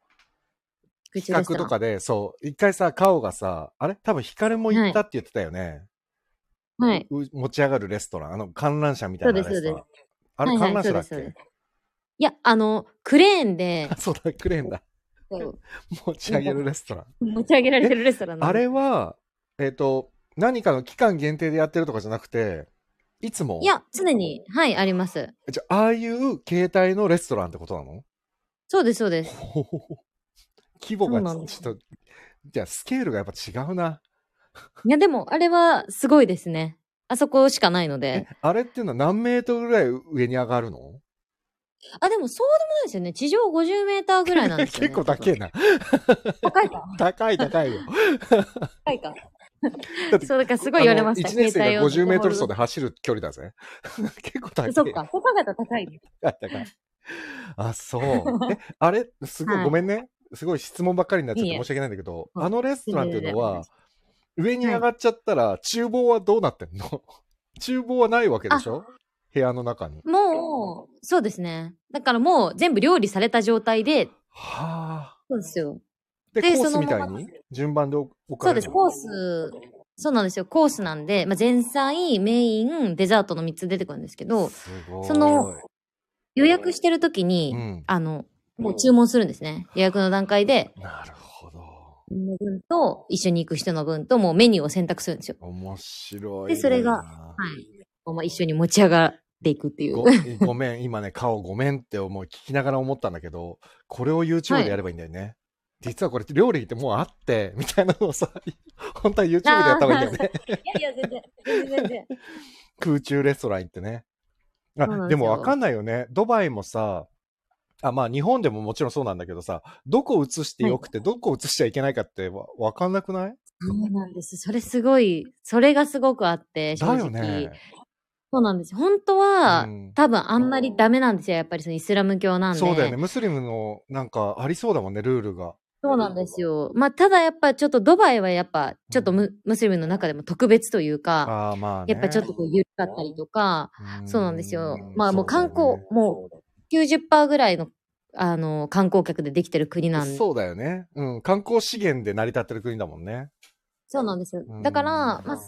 口
企画とかで、そう、一回さ、カオがさ、あれ多分ヒカルも行ったって言ってたよね。
はい。
う持ち上がるレストラン。あの、観覧車みたいなレストラン。
そうです
あれ
はいはい
観覧車だっけ、
そうですそういや、あの、クレーンで
あ、そうだ、クレーンだ。
そう
持ち上げるレストラン。
持ち上げられてるレストランなん
あ
で
れは、えっ、と、何かの期間限定でやってるとかじゃなくて、いつも
いや、常に、はい、あります。
じゃあああいう形態のレストランってことなの
そうです、そうです。
ほほほ規模
そう
が
なんで
ち
す
ょっと、じゃあスケールがやっぱ違うな。
いや、でも、あれはすごいですね。あそこしかないので。
あれっていうのは何メートルぐらい上に上がるの
あ、でもそうでもないですよね。地上50メーターぐらいなんですよ
結
ね。
構高えな。
高いか。
高い高いよ。
高いか。
だって
そう、だから すごい言われました。
1年生が50メートル走
そ
で走る距離だぜ。 結構高い。
そっか。そう考えたら高いです。
あったか。あ、そう。 え、あれ、すご、
はいい
ごめんね。すごい質問ばっかりになっちゃっ
いい
て
え
申し訳ないんだけど、
うん
あのレストランっていうの
全然
は、上に上がっちゃったら、厨房はどうなってんの 厨房はないわけでしょ部屋の中に。
もう、そうですね。だからもう全部料理された状態で、
はあ。
そうですよ。
で、
で
コース
その
みたい
まま
に順番で置か
そう
れ
で
る
す、
の
コース、そうなんですよ、コースなんで、まあ、前菜、メイン、デザートの3つ出てくるんですけど、
すごい。
その、予約してるときに、
うん
あの、もう注文するんですね。予約の段階で、
なるほど。
の分と、一緒に行く人の分と、もうメニューを選択するんですよ。
面白いな。
でそれがはい。まあ、一緒に持ち上がっていくっていう。
ごご めん、今ね、顔ごめんって思う聞きながら思ったんだけど、これを YouTube でやればいいんだよね。実はこれ料理ってもうあって、みたいなのをさ、 本当は YouTube でやった方がいいん だよね。
いやいや、全然、全然全然。
空中レストラン行ってね。あ
そうなん
で
ですよ
もわかんないよね。ドバイもさ、あまあ日本でももちろんそうなんだけどさ、どこ映してよくて、どこ映しちゃいけないかってわわかんなくない
そうなんです。それすごい、それがすごくあって、正
だ
直。
よね。
そうなんです。本当は、
うん
多分あんまりダメなんですよ。やっぱりそのイスラム教なんで。
そうだよね。ムスリムのなんかありそうだもんね、ルールが。
そうなんですよ。まあ、ただやっぱちょっとドバイはやっぱちょっとム,、ムスリムの中でも特別というか、
ああーまあね。
やっぱちょっとこう緩かったりとか、そうなんですよ
ん
まあもう観光も90%ぐらいのあの観光客でできてる国なんで。
そうだよね。うん。観光資源で成り立ってる国だもんね。
そうなんですよ
うん。
だから、まあ、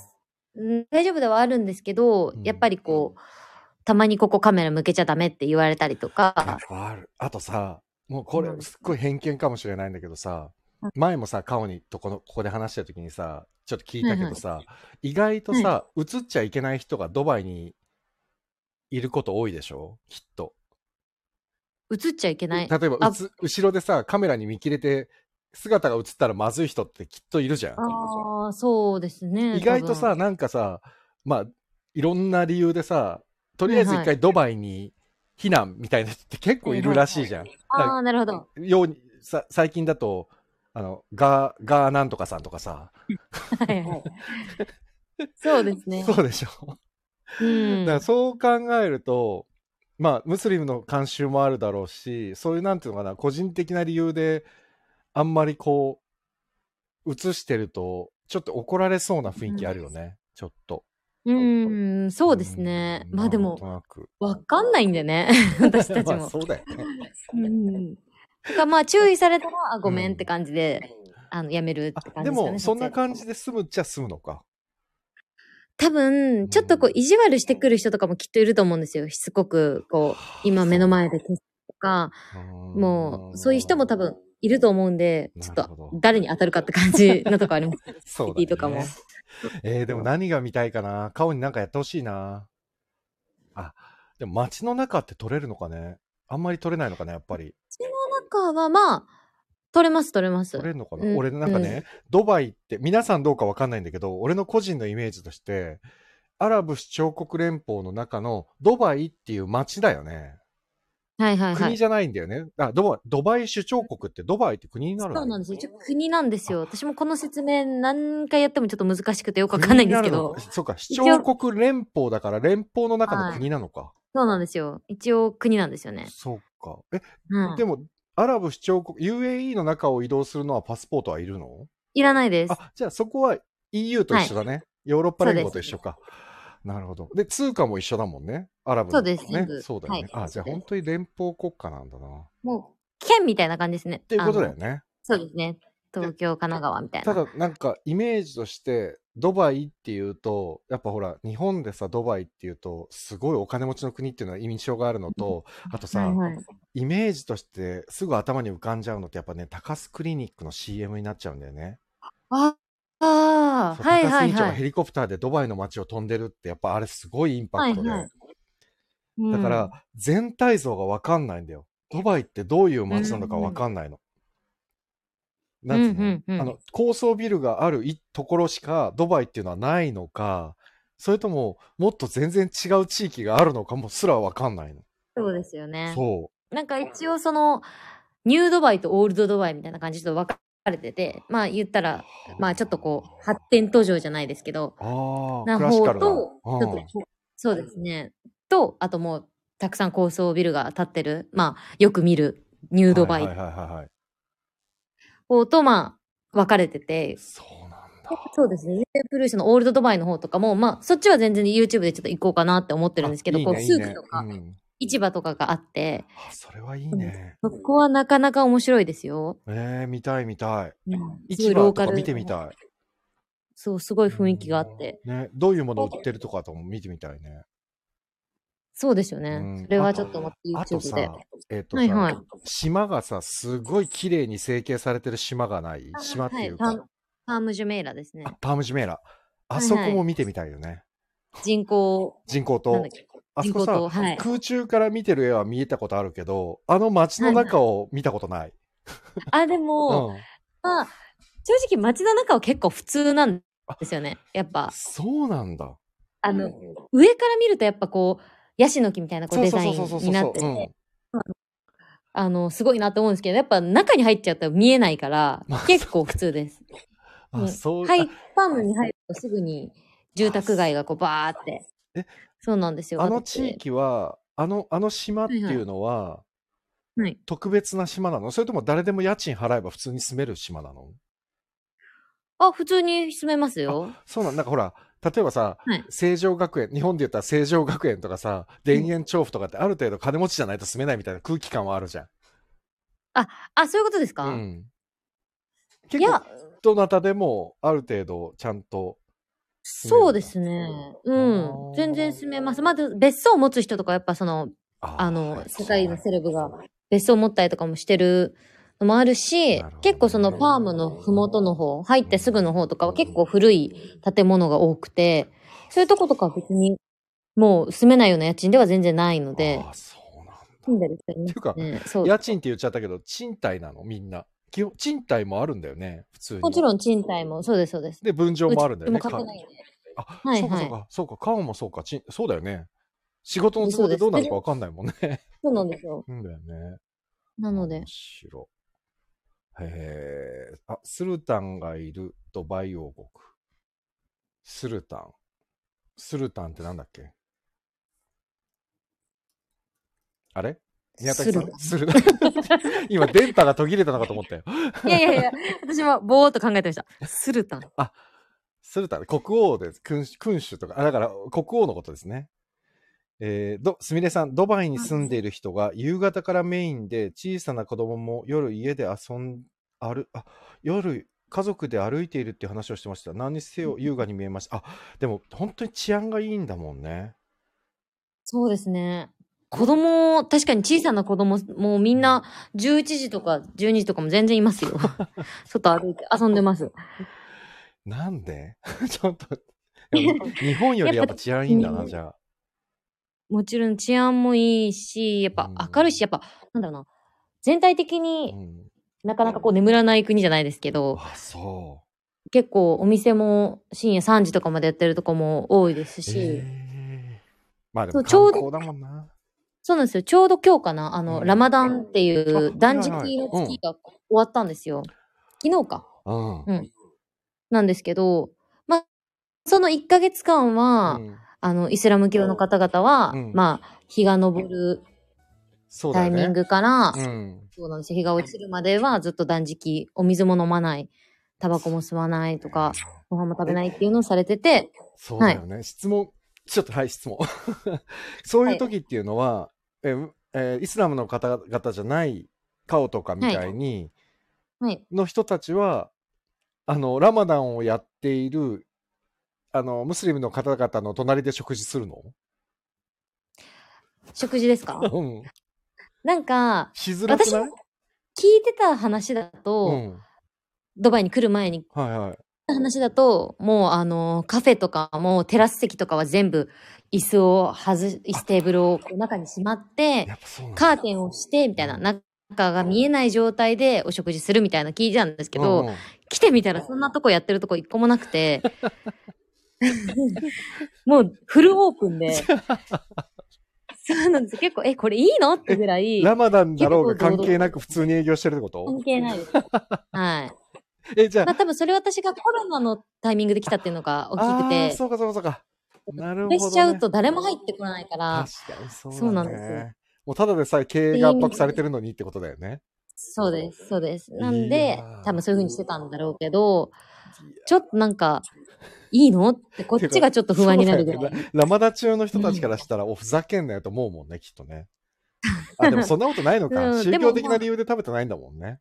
うん大丈夫ではあるんですけど、
うん
やっぱりこう、たまにここカメラ向けちゃダメって言われたりとか
結、構ある。あとさ、もうこれ
うん
すっごい偏見かもしれないんだけどさ
うん、
前もさ、カオにとこの、ここで話した時にさ、ちょっと聞いたけどさ、意外とさ、映っちゃいけない人がドバイにいること多いでしょきっと。
映っちゃいけない。
例えば
あ
うつ後ろでさカメラに見切れて姿が映ったらまずい人ってきっといるじゃん
ああ、そうですね。
意外と
多
さ
分、
なんかさまあいろんな理由でさとりあえず
はいは
一
い
回ドバイに避難みたいな人って結構いるらしいじゃん。
ああ、なるほど。
ようにさ最近だとあのガーガーなんとかさんとかさ、
はいはい。 そうですね。
そうでしょ、
うん
だからそう考えるとまあムスリムの慣習もあるだろうしそういうなんていうのかな個人的な理由であんまりこう映してるとちょっと怒られそうな雰囲気あるよね、ちょっと
うん、そうですね。
うん
まあで
なん
も
と、なく
わかんないんで ね。私たち
まあ
も。
そうだよね
うん。だからまあ注意されたら、あごめ
うん
んって感じで、あの、やめるって
あ
感
で
じですかね。
もそんな感じ
撮影
で済むっちゃ済むのか
多分、ちょっとこう、意地悪してくる人とかもきっといると思うんですよ。しつこく、こう、今目の前で消すとか、もう、そういう人も多分、いると思うんで、ちょっ
なるほ
と
ど、
誰に当たるかって感じのとこ あります。
そうだよ
シティとかも
えーでも何が見たいかな顔になんかやってほしいなあでも街の中って撮れるのかねあんまり撮れないのかなやっぱり
中は、まあ、取れます、取れます
撮。れるのかな、
うん
俺なんかね、ドバイって皆さんどうかわかんないんだけど俺の個人のイメージとしてアラブ首長国連邦の中のドバイっていう街だよね
はいはいはい
国。じゃないんだよね、あドバイドバイ首長国ってドバイって国になるの
そうなんですよ。一応国なんですよ。私もこの説明何回やってもちょっと難しくてよくわかんないんですけど
国になるの。かそうか首長国連邦だから連邦の中の国なのか、
そうなんですよ。一応国なんですよね。
そうかえ
うん
で。も、アラブ首長国、UAE の中を移動するのはパスポートはいるの
いらないです。
あ、じゃあそこは EU と一緒だね。ヨーロッパ連合と一緒か。なるほど。で、通貨も一緒だもんね。アラブの
そうです
ね
全。部
そうだよね。
はい
あ、じゃあ本当に連邦国家なんだな。っ
もう、県みたいな感じですね。って
いうことだよね。
そうですね。東京、神奈川みたいな。
ただ、なんか、イメージとして、ドバイっていうと、やっぱほら、日本でさ、ドバイっていうと、すごいお金持ちの国っていうのは印象があるのと、あとさ、
はいはい、
イメージとしてすぐ頭に浮かんじゃうのってやっぱね、高須クリニックの CM になっちゃうんだよね。
ああ
そ
ー、
う
はい
高須
は
院
い
長
は
が
い。
ヘリコプターでドバイの街を飛んでるってやっぱあれすごいインパクトで、
はいはいうん
だから、全体像がわかんないんだよドバイってどういう街なのかわかんないの、なんつうの,、
うんうんうん
あの高層ビルがあるいところしかドバイっていうのはないのかそれとももっと全然違う地域があるのかもすらわかんないの、
そうですよね。
そ
なんか一応その、ニュードバイとオールドドバイみたいな感じでちょっと分かれてて、まあ言ったら、
う
まあちょっとこう、発展途上じゃないですけど、
ああ
な
クラシ
方
カルな
と、ちょっと
うん
そうですね。と、あともう、たくさん高層ビルが建ってる、まあ、よく見るニュードバ
は
イ
いはいはいはいはい
方と、まあ、分かれてて、
そうなんだ
そうですね。ブルーシュのオールドドバイの方とかも、まあ、そっちは全然 YouTube でちょっと行こうかなって思ってるんですけど、
あいい
こ
ね
う、スークとか、
いいねうん
市場とかがあって、
あそれはいいね、
そこはなかなか面白いですよ。
えー、見たい見たい
すご
市
い
場
ロー
と
カ
か
ル
見てみたい。
そう、すごい雰囲気があって。
ね、どういうものを売ってるとかとも見てみたいね。
そうですよね。
うん
それはちょっと思って
あと
YouTube で。
さ、えっ、とさ、
はいはい
島がさ、すごい綺麗に整形されてる島がない島っていうか、
はいパームパームジュメイラですね
あ。パームジュメーラ。あ
い
そこも見てみたいよね。
人口、
人工
な
島
んだっ。け
あそ
人
こ
口
さ、
と、はい。
空中から見てる絵は見えたことあるけど、あの街の中を見たことない。
あ、でも、
うん、
まあ、正直街の中は結構普通なんですよね。やっぱ、
そうなんだ。
あの、上から見るとやっぱこう、ヤシの木みたいなこう
そう
デ
そう
ザイ
そうそう
ン
そ
に
う
な
そ
っ
う
て。
うん
て、あの、すごいなと思うんですけど、やっぱ中に入っちゃったら見えないから、結構苦痛です。
あ、
ね
そう、
はい、パームに入るとすぐに住宅街がこうバーって。
え
そうなんですよ。
あの
私
地域は、あの、あの島っていうのは、
はい。
特別な島なのそれとも誰でも家賃払えば普通に住める島なの
あ、普通に住めますよ。
そうなんなんかほら、例えばさ、
はい
成城学園、日本で言ったら成城学園とかさ、田園調布とかってある程度金持ちじゃないと住めないみたいな空気感はあるじゃん。
あ、そういうことですか、
うん、
い
結構
や、
どなたでもある程度ちゃんと、
そうですね。う
あー
ん。全然住めます。まず、別荘を持つ人とか、やっぱその、
あー
あの、
はい
世界のセレブが別荘を持ったりとかもしてるのもあるし、
なるほどね
結構そのパームのふもとの方、入ってすぐの方とかは結構古い建物が多くて、そういうとことかは別に、もう住めないような家賃では全然ないので
あ、ーそうなんだ
住んでる人い
っていうか、
ますね。そう。
家賃って言っちゃったけど、賃貸なのみんな。基本賃貸もあるんだよね、普通に。
もちろん賃貸も、そうです、そうです。
で、分譲もあるんだよね。
うちも買ってないんで。
あ、
はい
そうか
は
そ
いう
か、そうか、顔もそうか、ちんそうだよね。仕事の都合でどうなるかわかんないもんね。
そうなんですよ。
うんだよね。
なので
面。白。へえ。あ、スルタンがいるドバイ王国。スルタン。スルタンってなんだっけあれ宮崎さんスルタン。 今、電波が途切れたのかと思ったよ。
いやいやいや、私もぼーっと考えてました。スルタン。
スルタン、国王です。君主君主とか、あだから国王のことですね。えー、ど、すみれさん、ドバイに住んでいる人が夕方からメインで小さな子供も夜家で遊ん、ある、あ、夜家族で歩いているっていう話をしてました。何にせよ優雅に見えました。あ、でも本当に治安がいいんだもんね。
そうですね。子供、確かに小さな子供、もうみんな11時とか12時とかも全然います よ。外歩いて遊んでます。
なんで ちょっと、でも日本よりやっぱ治安いいんだな、じゃあ。
もちろん治安もいいし、やっぱ
うん
明るいし、やっぱ、なんだろうな。全体的
う
に
ん、
なかなかこう眠らない国じゃないですけど、
あ、そう。
結構お店も深夜3時とかまでやってるとこも多いですし、
えーまあで
そ
も
うちょ
観
うど
光だもんな。
そうなんですよ。ちょうど今日かな、あの、
うん
ラマダンってい
あ
う断食
は
の
いはいはい
月が終わったんですよ。昨日か。
うん。
なんですけど、まあ、その1ヶ月間は、
うん
あの、イスラム教の方々は、
うん
まあ、日が昇る
そうだ
タ
よ
イ
ね。
ミングから、
うん。
そうなんですよ。日が落ちるまではずっと断食、お水も飲まない、タバコも吸わないとか、ご飯も食べないっていうのをされてて、
そうだよね。質問、ちょっと、はい、質問。 そういう時っていうのは、えうえーイスラムの方々じゃない顔とかみたいに、
はい。
の人たちは、あの、ラマダンをやっている、あの、ムスリムの方々の隣で食事するの
食事ですか
うん。
なんか、
しづらくない
私聞いてた話だと、
うん。
ドバイに来る前に
はいはい。
話だと、もうあの、カフェとかもテラス席とかは全部椅子を外し、椅子テーブルをこう中にしまって、
やっぱそうなんだ
カーテンをして、みたいな、中が見えない状態でお食事するみたいな聞いてたんですけど、
うんうん
来てみたらそんなとこやってるとこ一個もなくて、 もうフルオープ ンで、そうなんです結構、え、これいいのってぐらい、
ラマダンだろうが
結構
関
堂々
係なく普通に営業してるってこと
関係ないです。はい。
え、じゃあ
まあ、多分それ私がコロナのタイミングで来たっていうのが大きく
あ
て
ー、そうかそうかそうか。なるほど、ね。
それしちゃうと誰も入ってこないから、
確かにそうだ、ね、
そうなんですよ
もうただでさえ経営が圧迫されてるのにってことだよね。
そうです、そうです。なん
いや
で
ー、
多分そういう風にしてたんだろうけど、ちょっとなんか、いいのってこっちがちょっと不安になるぐ
そう
ら
だ
い。
よねラマダ中の人たちからしたら、おふざけんなよと思うもんね、きっと ね。あ、でもそんなことないのか。
うん
宗
でも
教的な理由で食べてないんだもんね。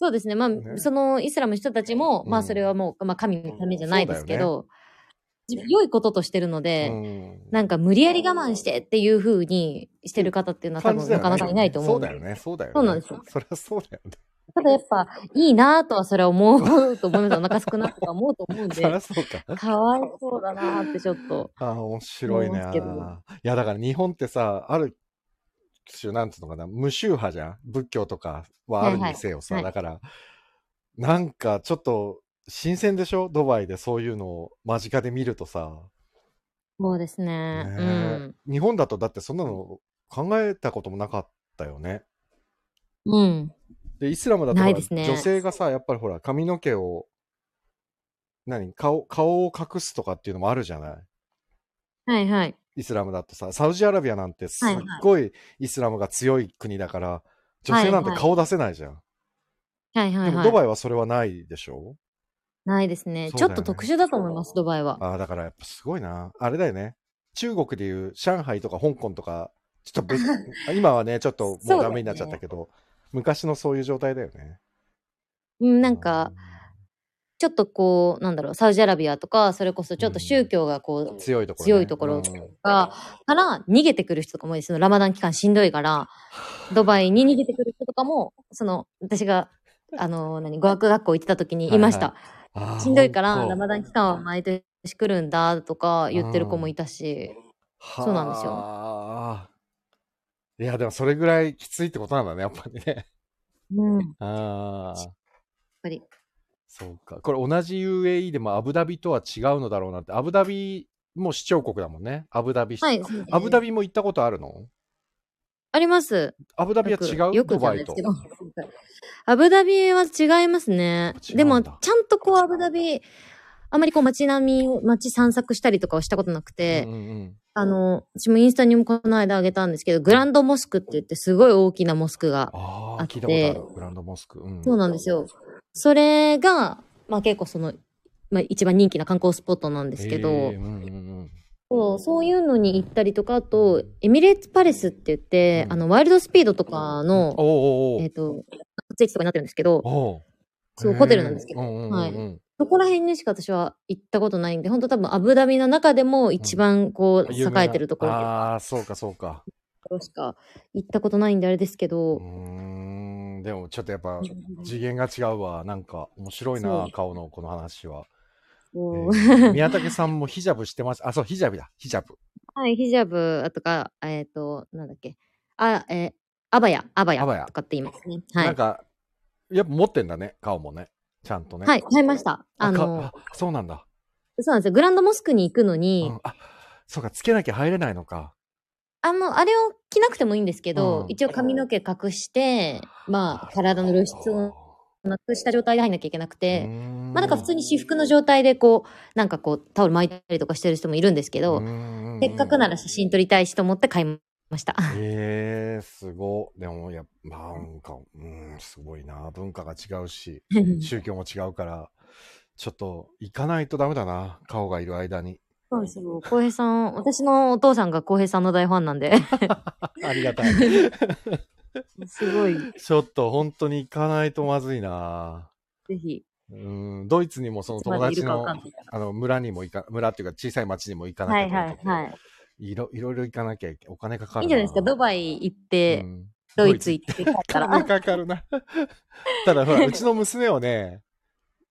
そうですね。まあ、
ね
そのイスラムの人たちも、
うん
まあそれはもう、まあ神のためじゃないですけど、良いこととしてるので、
うん
なんか無理やり我慢してっていう風にしてる方っていうのは多
感じ
分
だ
な
よね
かなかいないと思う
そ
ん
う
で
だよね、そうだよね。
そうなんですよ
そりゃそうだよね。
ただやっぱ、いいなぁとはそれは思うと思います。お腹少なくとか思うと思う ん
そ
で
り、ゃそうか。
かわいそうだなぁってちょっと。
ああ、面白いね
思いますけど。
いや、だから日本ってさ、ある種、なんつうのかな、無宗派じゃん仏教とかはあるにせよさ、
はいはい
だから、なんかちょっと、新鮮でしょドバイでそういうのを間近で見るとさ、
そうです
ね
ね。うん。
日本だとだってそんなの考えたこともなかったよね。
うん。
で、イスラムだとほ
な
ら、
いですね
女性がさ、やっぱりほら、髪の毛を、何顔、顔を隠すとかっていうのもあるじゃない
はいはい。
イスラムだとさ、サウジアラビアなんてすっ
はいはい
ごいイスラムが強い国だから、女性なんて
はいはい
顔出せないじゃん。
はいは
で
い
も
はい
ド。バイはそれはないでしょ
ないですね
そう
ち
だよ
ょ
ね
っと特殊だと思います、ドバイは。
ああ、だからやっぱすごいな。あれだよね。中国でいう上海とか香港とか、ちょっとぶ 今はね、ちょっと
そ
も
う
う
だ
ダ
ね
メになっちゃったけど、昔のそういう状態だよね。
うん、なんか、ちょっとこう、なんだろう、サウジアラビアとか、それこそちょっと宗教がこう、
うん、強いところ、ね。
強いところ
うん
とか、から逃げてくる人とかもいるそのラマダン期間しんどいから、ドバイに逃げてくる人とかも、その、私が、あの、何、語学学校行ってた時にいました。
あー
しんどいから、
ほと
ラマダン期間は毎年来るんだとか言ってる子もいたし、そうなんですよ
はーいや、でもそれぐらいきついってことなんだね、やっぱりね。
うん、やっ
ああ。
ぱり。
そうか。これ同じ UAE でもアブダビとは違うのだろうなって。アブダビも市長国だもんね。アブダビ市。
はい、そうですね
アブダビも行ったことあるの
あります。
アブダビは違う
よく
ド
よくじゃ
バ
ない
イ
で
と
すけ。ど。アブダビは違いますね。
違うんだ
でも、ちゃんとこうアブダビ、あまりこう街並みを、街散策したりとかはしたことなくて、
うんうん
あの、私もインスタにもこの間あげたんですけど、グランドモスクって言ってすごい大きなモスクが。
ああ、
あって
聞いたことある。グランドモスク。うん、
そうなんですよ。それが、まあ結構その、まあ一番人気な観光スポットなんですけど、
へーうんうんうん
そうそういうのに行ったりとか、あと、エミレーツパレスって言って、
うん
あの、ワイルドスピードとかの、
おうおうおう
えっ、と、撮影地とかになってるんですけど、
おう
そう
へー
ホテルなんですけど
うんうんうん
はい
うん
そこら辺にしか私は行ったことないんで、本当多分アブダビの中でも一番こう、
有
栄
名な
えてるところという
ああ、そうかそうか。
ところしか行ったことないんであれですけ
う
ど、
ーん、でもちょっとやっぱ
うん
次元が違うわ。なんか面白い
そ
な
う、
顔のこの話は。
こう
えー 宮武さんもヒジャブしてます。あ、そう、ヒジャブだ。ヒジャブ。
はい、ヒジャブとか、えっ、と、なんだっけ、あ、えーアバヤ、アバヤ
アバヤ
とかって言いますね。は
なん
い。
か、やっぱ持ってんだね、顔もね。ちゃんとね。
はい、買いました。
あ
あ
か
の、
あそうなんだ、
そうなんですよ。グランドモスクに行くの
う
に、
ん。あ、そうか、つけなきゃ入れないのか。
あの、あれを着なくてもいいんですけど、
うん
一応髪の毛隠して、まあ、体の露出をなくした状態で入んなきゃいけなくて、まあなんか普通に私服の状態でこう、なんかこうタオル巻いたりとかしてる人もいるんですけど、せっかくなら写真撮りたいしと思って買いま した。
ええー、すご。でも、やっぱ、なんか、うん、すごいな。文化が違うし、宗教も違うから、ちょっと、行かないとダメだな。顔がいる間に。
そうですよ。浩平さん、私のお父さんが浩平さんの大ファンなんで、
あり がたい。
すごい。
ちょっと、本当に行かないとまずいな。
ぜひ、
うん、ドイツにもその
いつま
友
でい
達
るか
の
わかんないか。
あの村にも行か、村っていうか小さい町にも行から
は
なきゃ
い
いけな
はいい
とこ
はい。
いろいろいろ行かなきゃいけお金かかる
いいんじゃないですか、ド
イ
バイ行って、ドイツ行って帰ったら。
金かかるな。 ただほら、うちの娘をね、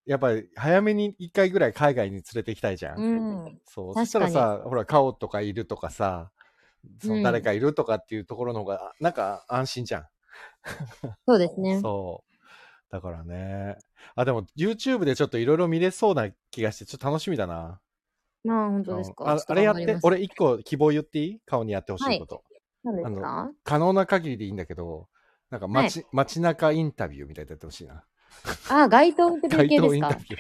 やっぱり早めに一回ぐらい海外に連れて行きたいじゃん。
うん。
そう。
確か
そ
に
したらさ、ほら、顔とかいるとかさ、そうの
ん
誰かいるとかっていうところの方が、なんか安心じゃん。
そうですね。
そう。だからね。あ、でも YouTube でちょっといろいろ見れそうな気がして、ちょっと楽しみだな。
まあ本当ですか。
あ
ちょと
あれやっ
頑張り
て
ま、す
俺一個希望言っていい顔にやってほしいこと、
何で
あ
すか
可能な限りでいいんだけど、なんか街、街中インタビューみたいなやってほしいな。
あ、街頭インタビュー
街頭
系です
インタ
か
ビュー。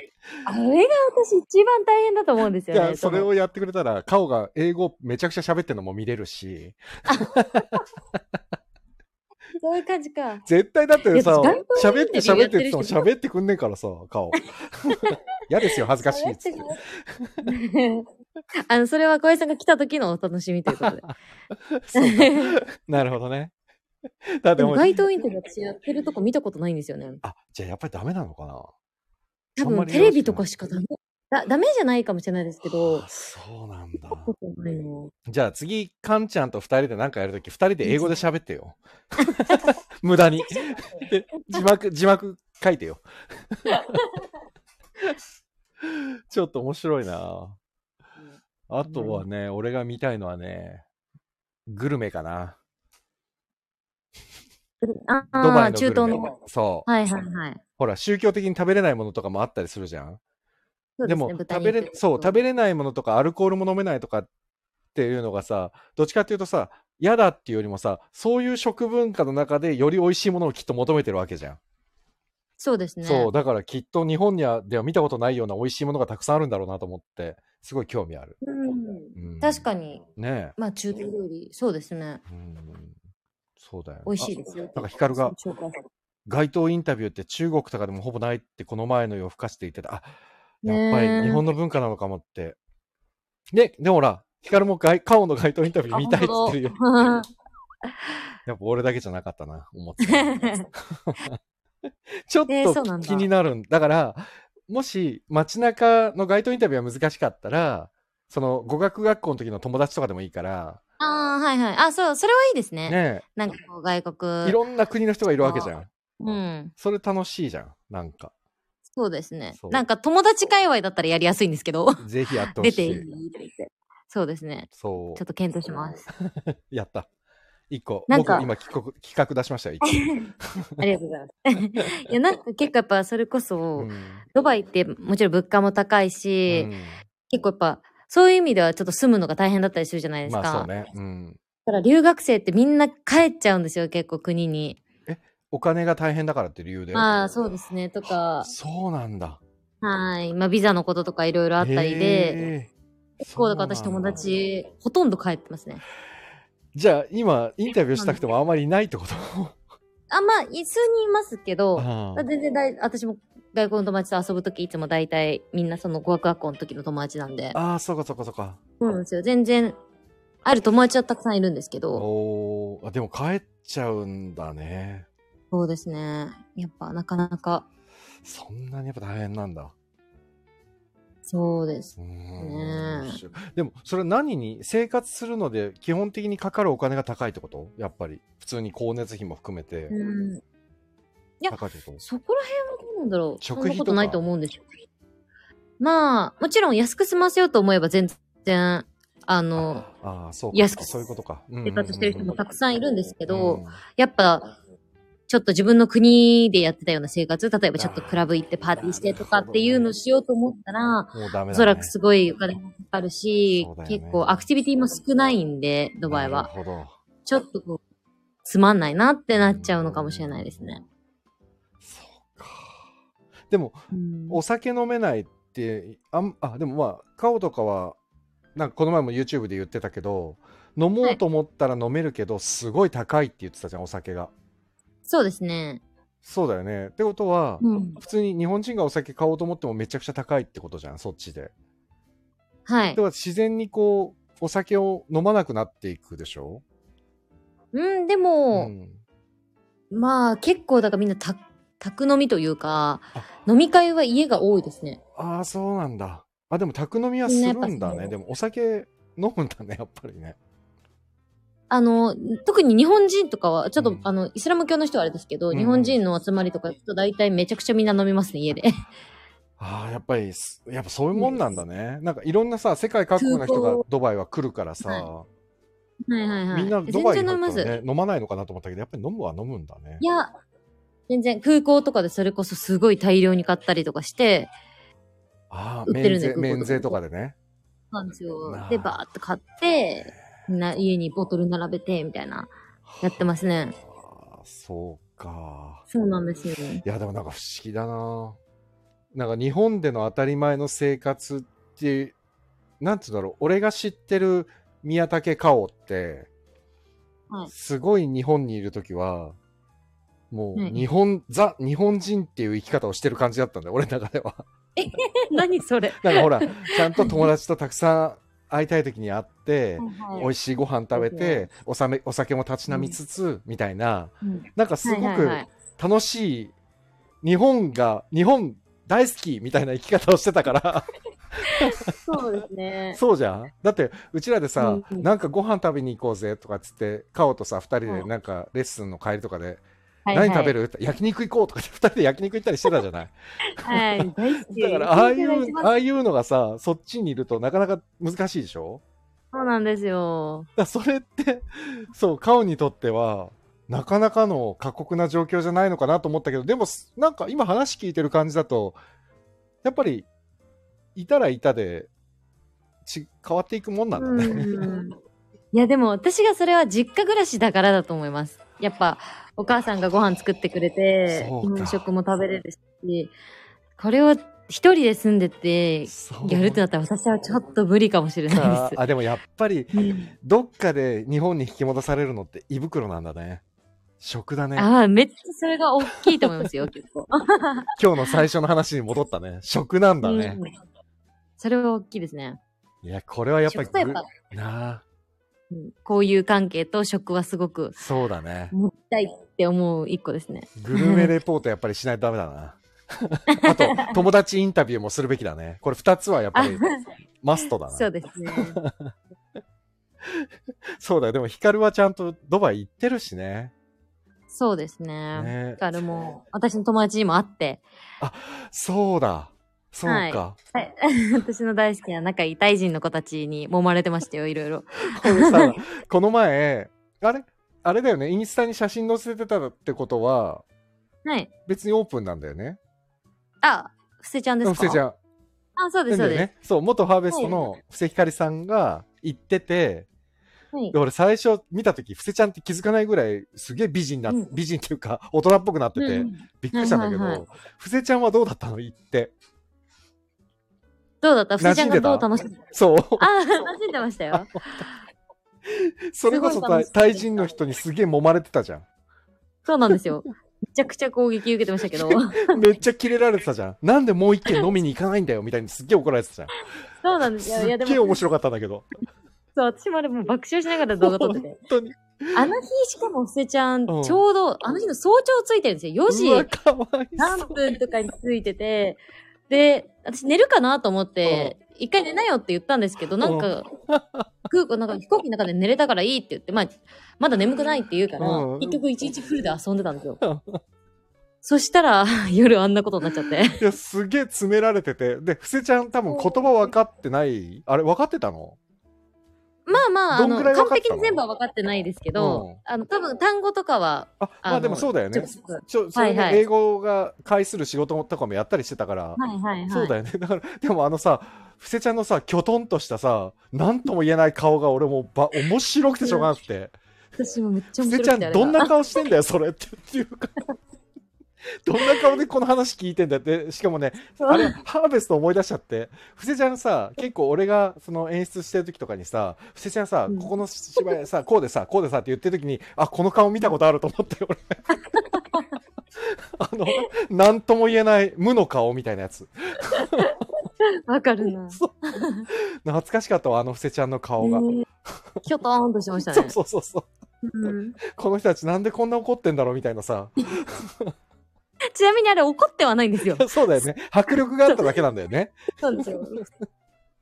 あれが私一番大変だと思うんですよ
い
ね。
や、それをやってくれたら、顔が英語めちゃくちゃ喋ってるのも見れるし、
そのそういう感じか。
絶対だってさ
いや、街頭イ
喋っ
ン
て
タ
喋
ビューや
っ
ってて
って
る人
も喋ってくんねえからさ、 顔。嫌ですよ、恥ずかしいっつって。
あの、それは小林さんが来た時のお楽しみという ことで。
そうかなるほどね。だって
で
も
も
う、
街頭インタビュー私やってるとこ見たことないんですよね。
あ、じゃあやっぱりダメなのかな
多
あんま
分
り
テレビとかしかダメ。だダメじゃないかもしれないですけど
あ、そうなんだ。
見たことないの
じゃあ次、カンちゃんと二人で何かやるとき、二人で英語で喋ってよ。 無 駄に。で字幕、字幕書いてよ。 ちょっと面白いなあとはね、俺が見たいのはね、グルメかな。
あ
ドバイ
あ、
の
中東
グルメ
の。。
そう。
はいはいはい。
ほら、宗教的に食べれないものとかもあったりするじゃん。
そう
で
ですね
も、
豚
食
肉
べれ、そう、食べれないものとか、アルコールも飲めないとかっていうのがさ、どっちかっていうとさ、嫌だっていうよりもさ、そういう食文化の中でより美味しいものをきっと求めてるわけじゃん。
そうですね。
そう、だからきっと日本にはでは見たことないような美味しいものがたくさんあるんだろうなと思って、すごい興味ある。
うん
うん
確かに、
ね
まあ中華料理、そうですね。
え。うんそうだよね、
美味しい
あ
ですよ。
なんか光が
紹介されて
街頭インタビューって中国とかでもほぼないってこの前の夜更かしで言ってた。あ、
ね
やっぱ
え
り日本の文化なのかもって。で、でもほら、ヒカルも街カオの街頭インタビュー見たいって言ってるよ。
あ
やっぱ俺だけじゃなかったな、思って た。ちょっ
えーそうな
と
んだ
気になるんだから、もし街中の街頭インタビューは難しかったら、その語学学校の時の友達とかでもいいから、
あー、はいはい。あ、そう、それはいいですね。
ね
なんかこう外
え、い
国。
ろんな国の人がいるわけじゃん。
うん。
それ楽しいじゃん、なんか。
そうですね
そ。う
なんか友達界隈だったらやりやすいんですけど、
ぜひやってほ
出
して
い
い。
いって言って。そうですね。
そう
ちょっ。と検討します。
やった。一個。
なん
僕
か
今企画企画出しましたよ、一
ありがとうございます。いや、なんか結構やっぱそれこそ、
個。うん
ドバイってもちろん物価も高いし、
うん
結構やっぱ、そういう意味ではちょっと住むのが大変だったりするじゃないですか。
まあそうね。うん。
だから留学生ってみんな帰っちゃうんですよ、結構国に。
お金が大変だからって理由で。
まあそうですね、とか、
そうなんだ。
はい。まあビザのこととかいろいろあったりで、
へえ。
結構だから私
そうな
友
んだ
達、ほとんど帰ってますね。
じゃあ今、インタビューしたくてもあまりいないってこと
あ、まあ、数人いますけど、
あ
全然大、私も外国の友達と遊ぶときいつも大体みんなその語学学校の時の友達なんで、
あー、そうかそうかそうか。
そうなんですよ。全然、ある友達はたくさんいるんですけど、
おーあでも帰っちゃうんだね。
そうですね。やっぱなかなか、
そんなにやっぱ大変なんだ。
そうです
う。ーん
ね
でも、それ何に生活するので基本的にかかるお金が高いってことやっぱり。普通に光熱費も含めて
うん。いや
高いってこと
そこら辺はどうなんだろう。
食
そ
費
んなことと
か
ないと思うんですよ。まあ、もちろん安く済ませようと思えば全然、あの、
ああ、そうか。
安く
そういうことか。
生
生
活してる人もたくさんいるんですけ
け
ど、やっぱ、ちょっと自分の国でやってたような生活、例えばちょっとクラブ行ってパーティーしてとかっていうのをしようと思ったら、
もうダメだ、ね。
おそらくすごいお金もかかるし
そうだ、よね
結構アクティビティも少ないんで、ドバイ
な
は。
るほど。
ちょっとこう、つまんないなってなっちゃうのかもしれないですね。
そうか。でも、
うん
お酒飲めないって、あんあ、でもまあ、顔とかは、なんかこの前も YouTube で言ってたけど、飲もうと思ったら飲めるけど、すごい高いって言ってたじゃん、お酒が。
そうですね。
そうだよね。ってことは、
うん。
普通に日本人がお酒買おうと思ってもめちゃくちゃ高いってことじゃん、そっちで。
はい
で。は自然にこう、お酒を飲まなくなっていくでしょ
うん、でも、
ん、
まあ結構だからみんなた宅飲みというか
あ、
飲み会は家が多いですね。
ああ、そうなんだ。あ、でも宅飲みはするん
みんな
だ
やっぱそ
ね。
う
でもお酒飲むんだね、やっぱりね。
あの、特に日本人とかは、ちょっと、
うん
あの、イスラム教の人はあれですけど、
うん
日本人の集まりとか行くと大体めちゃくちゃみんな飲みますね、家で。
ああ、やっぱりす、やっぱそういうもんなんだね。なんかいろんなさ、世界各国の人が
空港
ドバイは来るからさ、
はいはいはい。
みんなドバイに
全然
入
飲み
っ
ま
た
す。
らね、飲まないのかなと思ったけど、やっぱり飲むは飲むんだね
い。や、全然空港とかでそれこそすごい大量に買ったりとかして、
ああ、
売って
免
るね
税、
空港とか
免税とかでね。
そうなんですよ
なあ。
で、バーっと買って、みんな家にボトル並べて、みたいな、やってますね。
ああ、そうか。
そうなんですよ。
いや、でもなんか不思議だな。なんか日本での当たり前の生活って、なんつうんだろう、俺が知ってる宮武香織って、
はい
すごい日本にいる時は、もう
はい
日本、ザ、日本人っていう生き方をしてる感じだったんだよ、俺の中では。
何それ。
なんかほら、ちゃんと友達とたくさん会いたい時に会って、美味しいご飯食べて、おさめお酒も立ち飲みつつ、みたいな、
うん
なんかすごく、
はいはいはい
楽しい日本が日本大好きみたいな生き方をしてたから
そうですね。
そうじゃんだってうちらでさ、
うんうん
なんかご飯食べに行こうぜとかっつってカオとさ2人で
はい
なんかレッスンの帰りとかで「
はいはい
何食べる?」って焼肉行こう」とかって2人で焼肉行ったりしてたじゃない
はい、大好き。
だからああい
聞てただ
う
きます
ああいうのがさそっちにいるとなかなか難しいでしょ
そうなんですよ。
だから それってそうカオにとってはなかなかの過酷な状況じゃないのかなと思ったけどでもすなんか今話聞いてる感じだとやっぱりいたらいたでち変わっていくもんなんだね、
うんいや、でも私がそれは実家暮らしだからだと思います。やっぱ、お母さんがご飯作ってくれて、
そう
日
か
本食も食べれるし、これを一人で住んで て、
そう
やるってなったら私はちょっと無理かもしれない
か
で
あでもやっぱり
す。うん
どっかで日本に引き戻されるのって胃袋なんだね食だね
ああ、めっちゃそれが大きいと思いま すよ、結構。
今日の最初の話に戻ったね食なんだね、
うんそれは大きいですね。
いやこれはやっぱり
食とやっぱ、
ぐなあ
うんこういう関係と食はすごく
そうだね
もったいって思う一個ですね。
グルメレポートやっぱりしないとダメだなあと友達インタビューもするべきだねこれ2つはやっぱ
あ
りマストだな
そうですね。
そうだよでもヒカルはちゃんとドバイ行ってるしね
そうですね。
ね
ヒカルも、私の友達にも会って、
そうだそうか、
はい、私の大好きな仲いいタイ人の子たちに揉まれてましたよ、いろいろ。
これさこの前あれあれだよねインスタに写真載せてたってことは
はい。
別にオープンなんだよね
あ、伏せちゃんです
布
か
施ちゃん
あ、そうです、
なんだよ
そうです。
ねそう元ハーベストの布施ひかりさんが行ってて
はい
で。俺最初見た時布施ちゃんって気づかないぐらいすげえ美人な、
うん
美人っていうか大人っぽくなってて、
うん
びっくりしたんだけど、
はいはいは
布施ちゃんはどうだったの行って
どうだった伏せちゃんがど
馴染んでた
う楽しんでた
そう
あ、馴染んでましたよ。
それこそ
すごい楽
対
しそうでした
対人の人にすげえ揉まれてたじゃん
そうなんですよ。めちゃくちゃ攻撃受けてました けど。
めっちゃキレられてたじゃん。なんでもう一軒飲みに行かないんだよみたいにすっげえ怒られてたじゃん。
そうなんです
す
よ。いや、で
っげえ面
も、
白かったんだけど。
そう、私もあれもう爆笑しながら動画撮ってて
本。当に。
あの日、しかも伏せちゃん、ち
う
ょ
ん
うど、あの日の早朝ついてるんですよ。4時
うわ、かわいそ
何
う。
分とかについてて、で、私寝るかなと思って、一回寝なよって言ったんですけど、なんか、空港、なんか飛行機の中で寝れたからいいって言って、まあ、まだ眠くないって言うから
うん、
結局一日フルで遊んでたんですよ。そしたら、 夜あんなことになっちゃって。
いや、すげえ詰められてて。で、布施ちゃん多分言葉分かってない。あれ、分かってたの
まあまあ、あ
どん
の、
くらい分
完
かったの
璧に全部は分かってないですけど、あの、多分単語とかは、
あ、まあ
の
でもそうだよ
ちょ
ね
く。ちょく
ちょ、それも
はいはい
英語が介する仕事とかもやったりしてたから。
はいはいはい。
そうだよね。だから、でもあのさ、布施ちゃんのさ、きょとんとしたさ、なんとも言えない顔が俺もうば、面白くてしょうがなくて。
私もめっちゃ
すて
面白く
ち
て
ゃ
あ
ん
れが
どんな顔してんだよそれってっていうかどんな顔でこの話聞いてんだってしかもねあれハーベスト思い出しちゃって布施ちゃんさ結構俺がその演出してる時とかにさ布施ちゃんさ、
うん
ここの芝居さこうでさこうでさって言ってる時にあこの顔見たことあると思って 俺あの何とも言えない無の顔みたいなやつ
わかるな。
懐かしかったわあの布施ちゃんの顔が、
ねキョトーンとしましたね。
そうそうそうそう
うん
この人たちなんでこんな怒ってんだろうみたいなさ
ちなみにあれ怒ってはないんですよ。
そうだよね迫力があっただけなんだよね
そうですよ。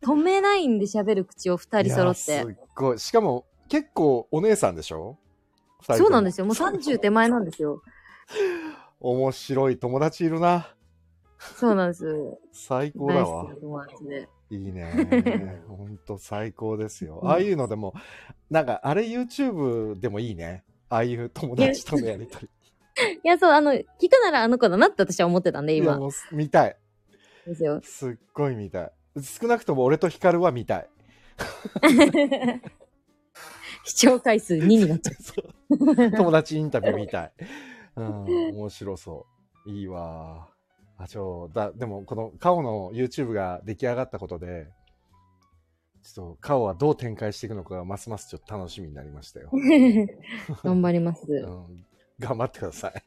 止めないんで喋る口を 二人揃っ
いや
て
す。っごい。しかも、結構お姉さんでしょ。
そうなんですすよ。もう30手前なんですよ。
面白い友達いるな。
そうなんですよ。
最高だ
大好
わ
きな。友達で。
いい ね。ほんと最高ですよ。ああいうのでも、なんか、あれ YouTube でもいいね。ああいう友達とのやりとり。
いや、そう、あの、聞くならあの子だなって私は思ってたんで、
いや、
今。
もう見たい。
ですよ。
すっごい見たい。少なくとも俺とヒカルは見たい。
視聴回数2になっちゃ
友達インタビューみたい。うん、面白そう。いいわ。あ、ちょ、だ、でも、この、カオの YouTube が出来上がったことで、ちょっと、カオはどう展開していくのかが、ますますちょっと楽しみになりましたよ。
う。 頑張ります。
うん、頑張ってください。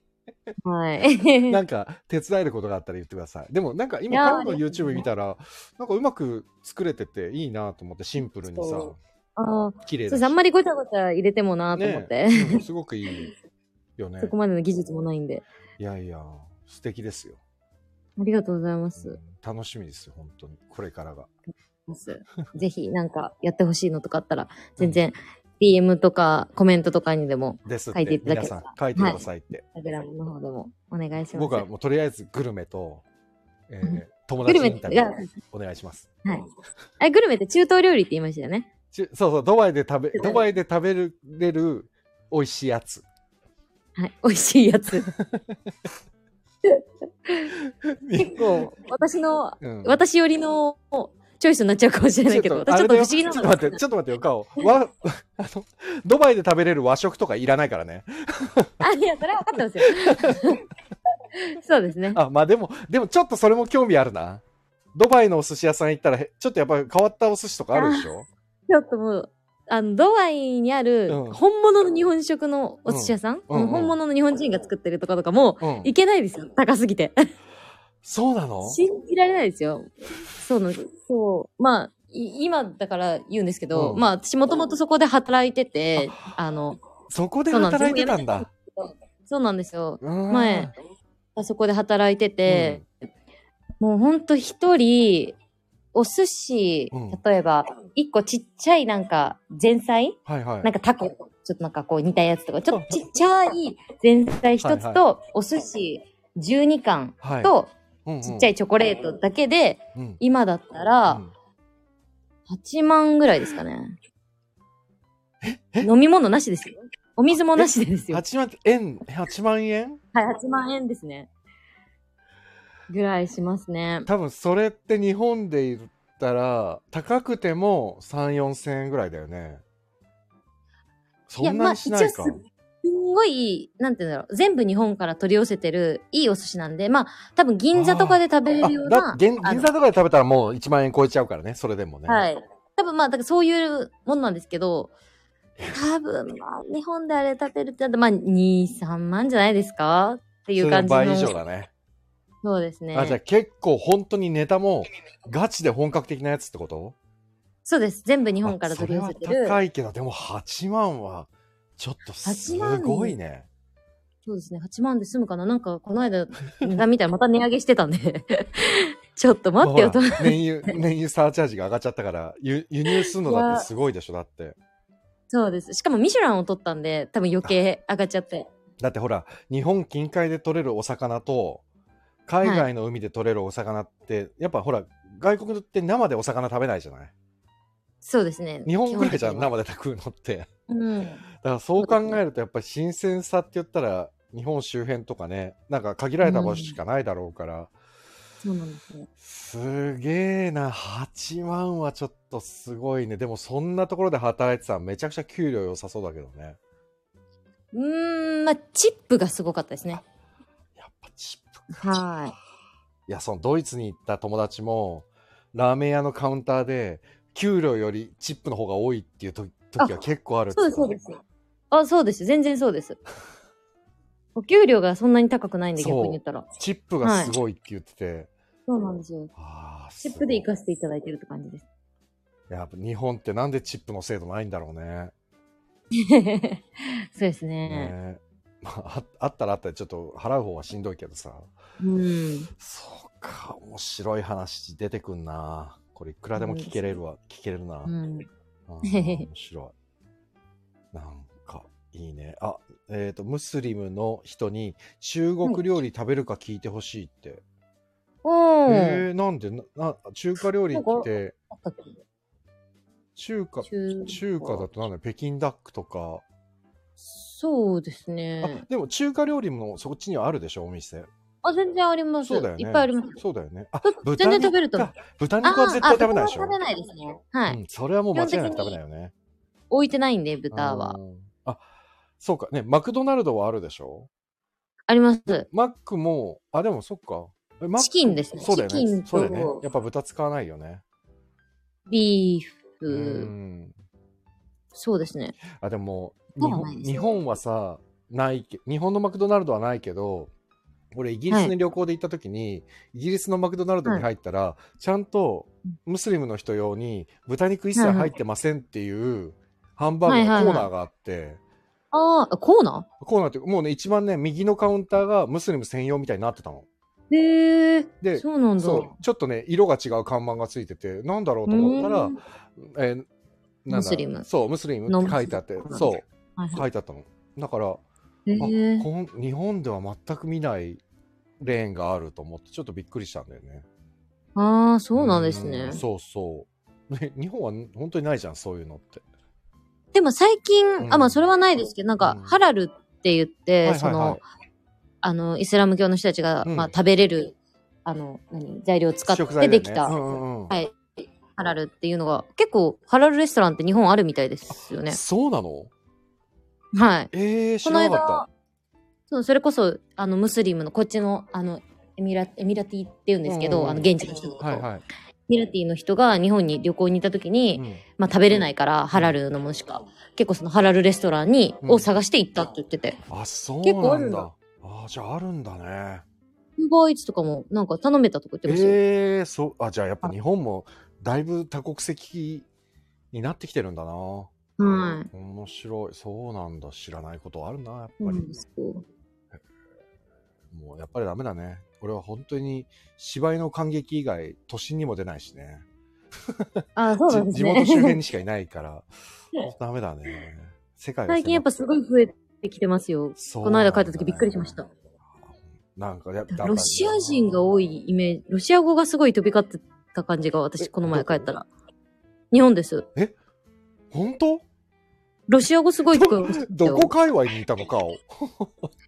はい。
なんか、手伝えることがあったら言ってください。でも、なんか、
い
今、
やー
カオの YouTube 見たら、なんか、うまく作れてていいなと思って、シンプルにさ、
そああ、
綺麗
そ
だ
うで
し
す。あんまりごちゃごちゃ入れてもなと思って。
ねうんすごくいいよね
そ。こまでの技術もないんで。
いやいや、素敵ですよ。
ありがとうございま
う
す
ん。楽しみですよ本当にこれからが
ます。ぜひ、なんか、やってほしいのとかあったら、全然、DM とか、コメントとかにでも、
ですって
書いていただ
皆
けた
さん
ら
書いてくださいって、
インスタグラムの方でも、お願いします。
僕はもうとりあえずグルメと、えー
うん
友
グル
達
メ
イ
っ
ン
て、
タ
あ
ビューお願いします
はい。あグルメって中東料理って言いましたよね。
ちゅそうそうドバイで食べドバイで食べるれる美味しいやつ
はい。美味しい やつ。
結
結構、私の、
うん、
私よりの、チョイスになっちゃうかもしれないけど、私ちょっと不思議な
ちょ
の
っと待って、ちょっと待ってよ、顔。わ、 あの、ドバイで食べれる和食とかいらないからね。
あ、いや、それは分かってます よ。そうですね。
あ、まあでも、でもちょっとそれも興味あるな。ドバイのお寿司屋さん行ったら、へちょっとやっぱり変わったお寿司とかあるでしょ
ちょっともう、あの、ドバイにある
うん
本物の日本食のお寿司屋さん、
うんうん
本物の日本人が作ってるとかとかも、
うん。
いけないですよ。高すぎて。
そうなの
信じられないですよ。そうの、そう。まあ、い今だから言うんですけど、
うん
まあ、私もともとそこで働いてて、あの、
そこで働いてたんだ。
そうなんですよ。
うん
前。そこで働いてて、もうほんと一人、お寿司
うん、
例えば、一個ちっちゃいなんか前菜、
はいはい。
なんかタコ、ちょっとなんかこう似たやつとか、ちょっとちっちゃい前菜一
は
つ
い
と、お寿司12貫
はい、
と、
うんうん、
ちっちゃ
い。
いチョコレートだけで、
うん
今だったら、8万ぐらいですかね。飲み物なしですよ。お水もなしでですよ。
8万円、8万円
はい、8万円ですね。ぐらいしますね。
多分それって日本で言ったら、高くても3、4千円ぐらいだよね。そんなにしないか。
いやまあすんごい、なんて言うんだろう。全部日本から取り寄せてるいいお寿司なんで、まあ、多分銀座とかで食べれるよう
あだ
な。
銀
あの
銀座とかで食べたらもう1万円超えちゃうからね、それでもね。
はい。多分まあ、だからそういうもんなんですけど、多分まあ、日本であれ食べるってなったら、まあ、2、3万じゃないですかっていう
それ
感
の
じの。
倍以上だね。
そうですね。
あ、じゃあ結構本当にネタもガチで本格的なやつってこと
そうです。全部日本から
あそ
取り
れ
寄
は
せてる。
高いけど、でも8万はちょっとすごいね。
そうですね。8万で済むかななんか、この間、値段見たらまた値上げしてたんで。 ちょっと待ってよと
まあ。ほら燃油、燃油サーチャージが上がっちゃったから、輸輸入するのだってすごいでしょ、だって。
そうです。しかもミシュランを取ったんで、多分余計上がっちゃって。
だってほら、日本近海で取れるお魚と、海外の海で取れるお魚って、やっぱほら、外国って生でお魚食べないじゃない
そうですね。
日本ぐらいじゃん、
基本
生で食うのって。
的にうん。
だからそう考えると、やっぱり新鮮さって言ったら、日本周辺とかね、なんか限られた場所しかないだろうから、
そうなんですね。
すげえな、8万はちょっとすごいね。でもそんなところで働いてたらめちゃくちゃ給料良さそうだけどね。
うーん、まあ、チップがすごかったですね。
やっぱチップ。
はい
や、そのドイツに行った友達も、ラーメン屋のカウンターで、給料よりチップの方が多いっていうと時は結構ある
い。
っ
そう
て
です、そうです。あ、そうです。全然そうです。お給料がそんなに高くないんで、
そう
逆に言ったら。
チップがすごいって言ってて。
そうなんですよ。
ああ、
チップで行か
す
せていただいてるって感じです。
ごい。やっぱ日本ってなんでチップの制度ないんだろうね。
そうですね。
ねまあ、ああったらあったでちょっと払う方はしんどいけどさ。
うん。
そうか、面白い話出てくんな。これいくらでも聞けれるわ、聞けれるな。
う
あ
ん。
ー面白い。なんか、いいね。あ、えっ、と、ムスリムの人に中国料理食べるか聞いてほしいって。
お
え
ー。
ー、なんでなな、中華料理って、
あったっけ
中華、
中
中華だとなんだよ北京ダックとか。
そうです
あ
ね、。
でも中華料理もそっちにはあるでしょ、お店。
あ、全然あります。
そうだよね。
いっぱいあります。
そうだよね。あ
そ、全然食べると思う
か。豚肉は絶対食べないでしょ。
あーあ豚は食べないですね。はい。
うん、それはもう間違いなく
基本的に
食べないよね。
置いてないんで、豚
あ
は。
ー。あ、そうか。ね、マクドナルドはあるでしょ
あります。
マックも、あ、でもそっか。えマック
チキンですね。
そうだよ
チキ
ね
ン。と
そうだよね。やっぱ豚使わないよね。
ビー
う
フ。
ん。
そうですね。
あ、でも、
そ
日
うなん
本
ですよ
日本はさ、ないけ、日本のマクドナルドはないけど、俺、イギリスに旅行で行った時に、イギリスのマクドナルドに入ったら、ちゃんとムスリムの人用に豚肉一切入ってませんっていうハンバーグのコーナーがあって、
あーあ、コーナ
コーナーっていうかもうね、一番ね、右のカウンターがムスリム専用みたいになってたの。
ーへえ。
で、
そうなんだ。
そう、ちょっとね、色が違う看板がついてて、なんだろうと思ったら
うーん、
えーなんだ
ムスリム
そう、ムスリムって書いてあって
ノン、ムス
そ、
リムはいうは
書いてあったの。だから、あ
い。へえ。
こん日本では全く見ないレーンがあると思って、ちょっとびっくりしたんだよね。
ああ、そうなんですね
うん。そうそう。ね日本は本当にないじゃん、そういうのって。
でも最
うん
近、あ、まあそれはないですけど、なん
う
か
ん、
ハラルって言
は
っ
い
て、
はい
そ
は
の、あの、イスラム教の人たちが、
うん
まあ食べれる、あの、何、材料を使っ
食材
て
だよ
で
ね
きた
う。んうんうん
はい。ハラルっていうのが、結構ハラルレストランって日本あるみたいですよね。
そうなの
はい。
えー、知
この
らな
間
かっ
そうそれこそ、あの、ムスリムの、こっちの、あの、エミラ、エミラティって言うんですけど、
うん
あの、現地の人のこと
た。はいはい。
エミラティの人が日本に旅行に行った時に、
うん
まあ食べれないから、ハラルのものしか、結構そのハラルレストランに、
うん
を探して行ったって言ってて、
あ、そう
結構
な
ある
ん
ん
だ
だ。
あ、じゃああるんだね。
ウーバーイーツとかもなんか頼めたとか言ってましたよ。
えー、そう、あ、じゃあやっぱ日本もだいぶ多国籍になってきてるんだな。
はい。
面白い。そうなんだ。知らないことあるな、やっぱり。
そうなんですよ。
もうやっぱりダメだね。俺は本当に芝居の感激以外、都心にも出ないしね。
あ、そうなんで
じ地
す
元周辺
ね。
にしかいないから、ダメだね。世界が狭い
最近やっぱすごい増えてきてますよ。
そう
この間帰った時びっくりしました。
なんかやっぱ
ロシア人が多いイメージ、ロシア語がすごい飛び交ってた感じが私、この前帰ったら。日本です。
本当
ロシア語すごい聞こえました
ど
よ
こ界隈にいたのかを。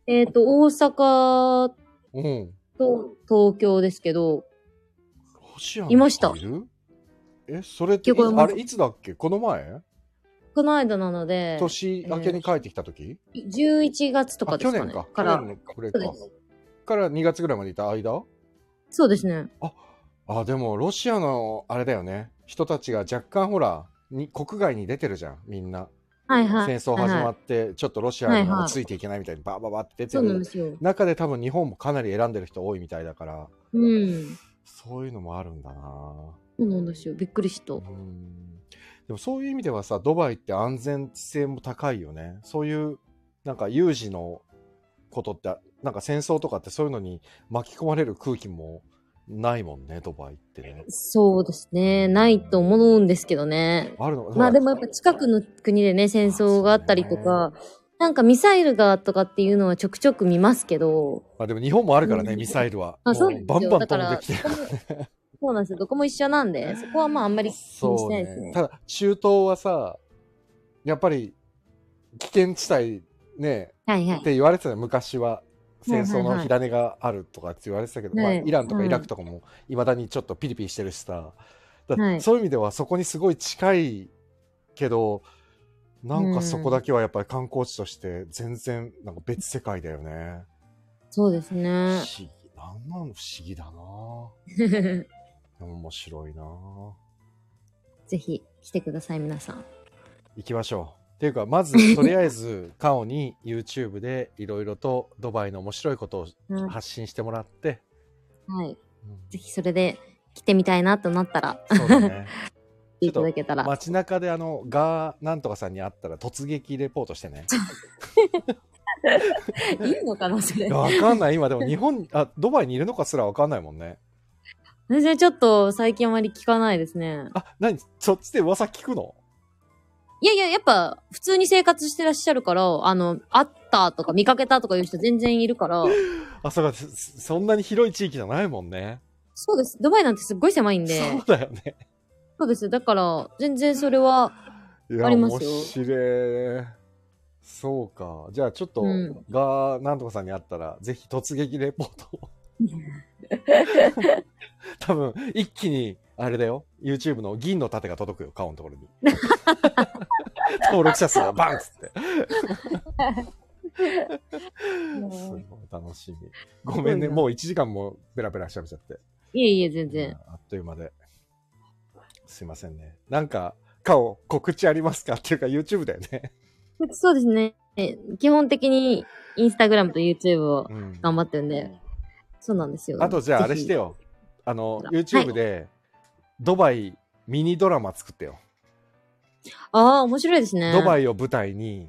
えっと、大阪
うん。
と東京ですけど、
ロシアの人
いました
いるえ、それって、い
結構い
あ
ます
れいつだっけこの前
この間なので、
年明けに帰ってきた時
11月と
あ
かです
去
か
年
ね。
か。去
から
年の暮れか
そうで。
から2月ぐらいまでいた間
そうですね。
あ、でもロシアのあれだよね。人たちが若干ほら、に国外に出てるじゃん、みんな。
はいはい。
戦争始
はい
ま
はい
って、ちょっとロシアにもついていけないみたいにバーバーバーって出て
そうなんで
る
すよ。
中で多分日本もかなり選んでる人多いみたいだから、
うん。
そういうのもあるんだな
そうなんですよ。びっくりした。
うんでもそういう意味ではさ、ドバイって安全性も高いよね。そういう、なんか有事のことって、なんか戦争とかってそういうのに巻き込まれる空気もないもんね、ドバイってね。
そうですね。ないと思うんですけどね。
あるの
まあでもやっぱ近くの国でね、戦争があったりとか、なんかミサイルがとかっていうのはちょくちょく見ますけど、
まあでも日本もあるからね、
うん
ミサイルは。
あそう
も
で
う
す
バン
よ
バン
だか
飛んで
ら
きてる。
そうなんですよ。どこも一緒なん で、そこはまああんまり気にしないですね。
ただ、中東はさ、やっぱり危険地帯ね、
はいは
っ
い。
て言われてたよ昔は戦
は
争
いはい
の
はい
火種があるとかって言われてたけど、
はい
まあ、イランとか
うん
イラクとかもいまだにちょっとピリピリしてるしさだ
はい
そういう意味ではそこにすごい近いけどなんかそこだけはやっぱり観光地として全然なんか別世界だよね、
そうです
不
ね
思。議なんなの不思議だな面白いな
ぜひ来てください、皆さん。
行きましょうっていうかま ずとりあえずカオに YouTube でいろいろとドバイの面白いことを
は
発信してもらって、
い。
うん
ぜひそれで来てみたいなとなったら、
そうだ ね。
来ていただけたら。
街中であのガーなんとかさんに会ったら突撃レポートしてね。
いいのかな、そ れ
いや。わかんない今でも日本にあドバイにいるのかすらわかんないもんね。
私はちょっと最近あまり聞かないですね。
あ何そっちで噂聞くの？
いやいや、やっぱ、普通に生活してらっしゃるから、あの、会ったとか見かけたとかいう人全然いるから、
あそうかそそんなに広い地域じゃないもんね。
そうです。ドバイなんてすっごい狭いんで、
そうだよね。
そうです。だから、全然それは、
いや
ありますよ
面白い。そうかじゃあちょっと、
うん
ガーなんとかさんに会ったらぜひ突撃レポートを多分一気にあれだよ YouTube の銀の盾が届くよ顔のところに 登録者数がバンっつってすごい楽しみごめんね
すごいな
もう1時間もペラペラしゃべっちゃって
いえいえ、全然。
あっという間ですいませんねなんか顔告知ありますかっていうか YouTube だよ ね、
そうですね。基本的に、インスタグラムと YouTube を
うん
頑張ってるんで、そうなんですよ。
あとじゃああ
ぜ
れ
ひ
して。よ。あの、
ほら
YouTube で、ドバイミニドラマ作ってよ。
ああ、面白いですね。
ドバ
イ。
イを舞台に、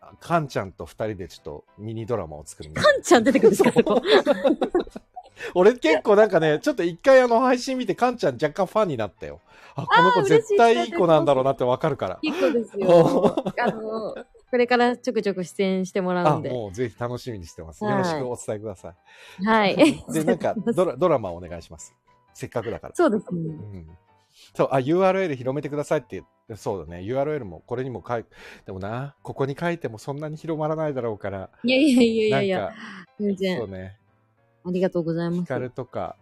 あカンちゃんと二人でちょっとミニドラマを作るんだ
カンちゃん出てくるんですかそこ。
俺結構なんかね、ちょっと一回あの配信見てカンちゃん若干ファンになったよ。あ、この子絶対いい子なんだろうなってわかるから。
結構です
お
よ。あの、これからちょくちょく出演してもら
あ、
うんで。
もうぜひ楽しみにしてます。
はい
よろしくお伝えくださ
はい。
い。で、なんかドラドラマお願いします。せっかくだから。
そうです
う
ね。
んそう、あ、URL 広めてくださいって言う、そうだね、URL もこれにも書いでもな、ここに書いてもそんなに広まらないだろうから、
いやいやいやいやい
な
や
ん、か、
全
そう
然。
ね、
ありがとうございま
ヒ
す
カ。ルとか、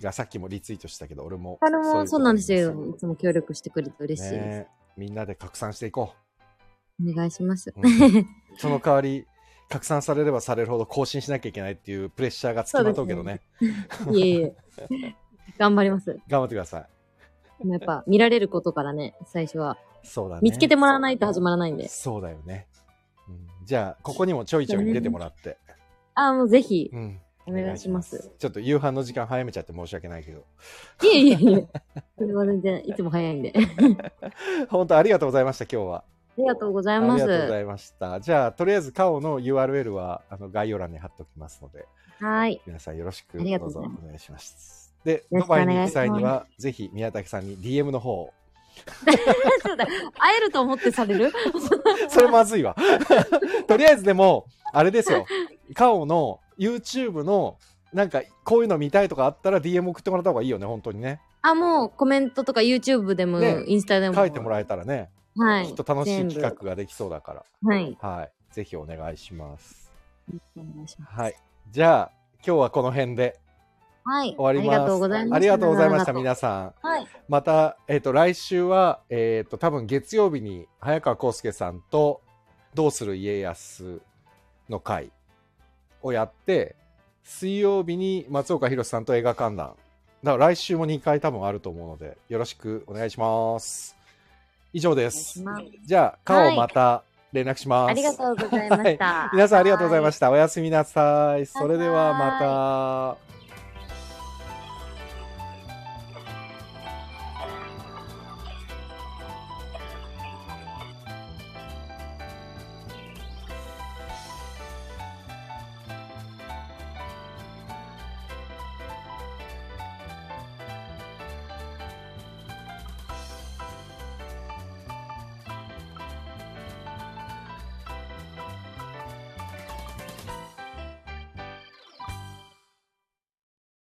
がさっきもリツイートしたけど、俺も。
あの、そうなんです
そういう
よ。
こ
いつも協力してくれて
と
嬉しいです。
ねみんなで拡散していこ
お願いし ます。
う。うんその代わり、拡散されればされるほど更新しなきゃいけないっていうプレッシャーがつきまとうけどね。
いえいえ。頑張ります。
頑張ってください。
でもやっぱ見られることからね、最初は。
そうだね。
見つけてもらわないと始まらないんで。
そうだよね。うんじゃあ、ここにもちょいちょい出てもらって。
ああ、もうぜひ、
うん。
お願いします。。
ちょっと夕飯の時間早めちゃって申し訳ないけど。
いえいえいえ。それは全然、いつも早いんで。あ
本当ありがとうございました、今日は。
りがとうござい
あり
ま
が
す。
とうございました。じゃあ、とりあえず、カオの URL はあの概要欄に貼っておきますので、
はい。
皆さんよろしく
ありがと
ど
う
う
ござ
ぞ
います
お願いします。で、
よろ
ド
しくお
バ
願
イ
い
に行く
します
際には、ぜひ宮崎さんに DM の方 を。
そうだ会えると思ってされる
それまずいわ。 とりあえずでも、あれですよ。カオの YouTube の、なんか、こういうの見たいとかあったら DM 送ってもらった方がいいよね、本当にね。
あ、もうコメントとか YouTube でも、
ね
インスタでも。
書いてもらえたらね、
はい。
きっと楽しい
全部
企画ができそうだから。
はい。
はい。ぜひお願いします。
お願いします。
はい。じゃあ、今日はこの辺で
はい。
終わります。
ありがとうございました。
ありがとうございました、
長々と
皆さん。
はい。
また、えっ、と、来週は、えっ、と、多分月曜日に、早川康介さんと、どうする家康の会をやって、水曜日に松岡弘さんと映画観覧。だから来週も2回多分あると思うので、よろしくお願いします。以上で
お願い
す
し。ます
じゃあ、顔
はい
また連絡します。
ありがとうございました。
皆さんありがとうございま
し
した。おやすみなさい。それでは
バイバイ
また。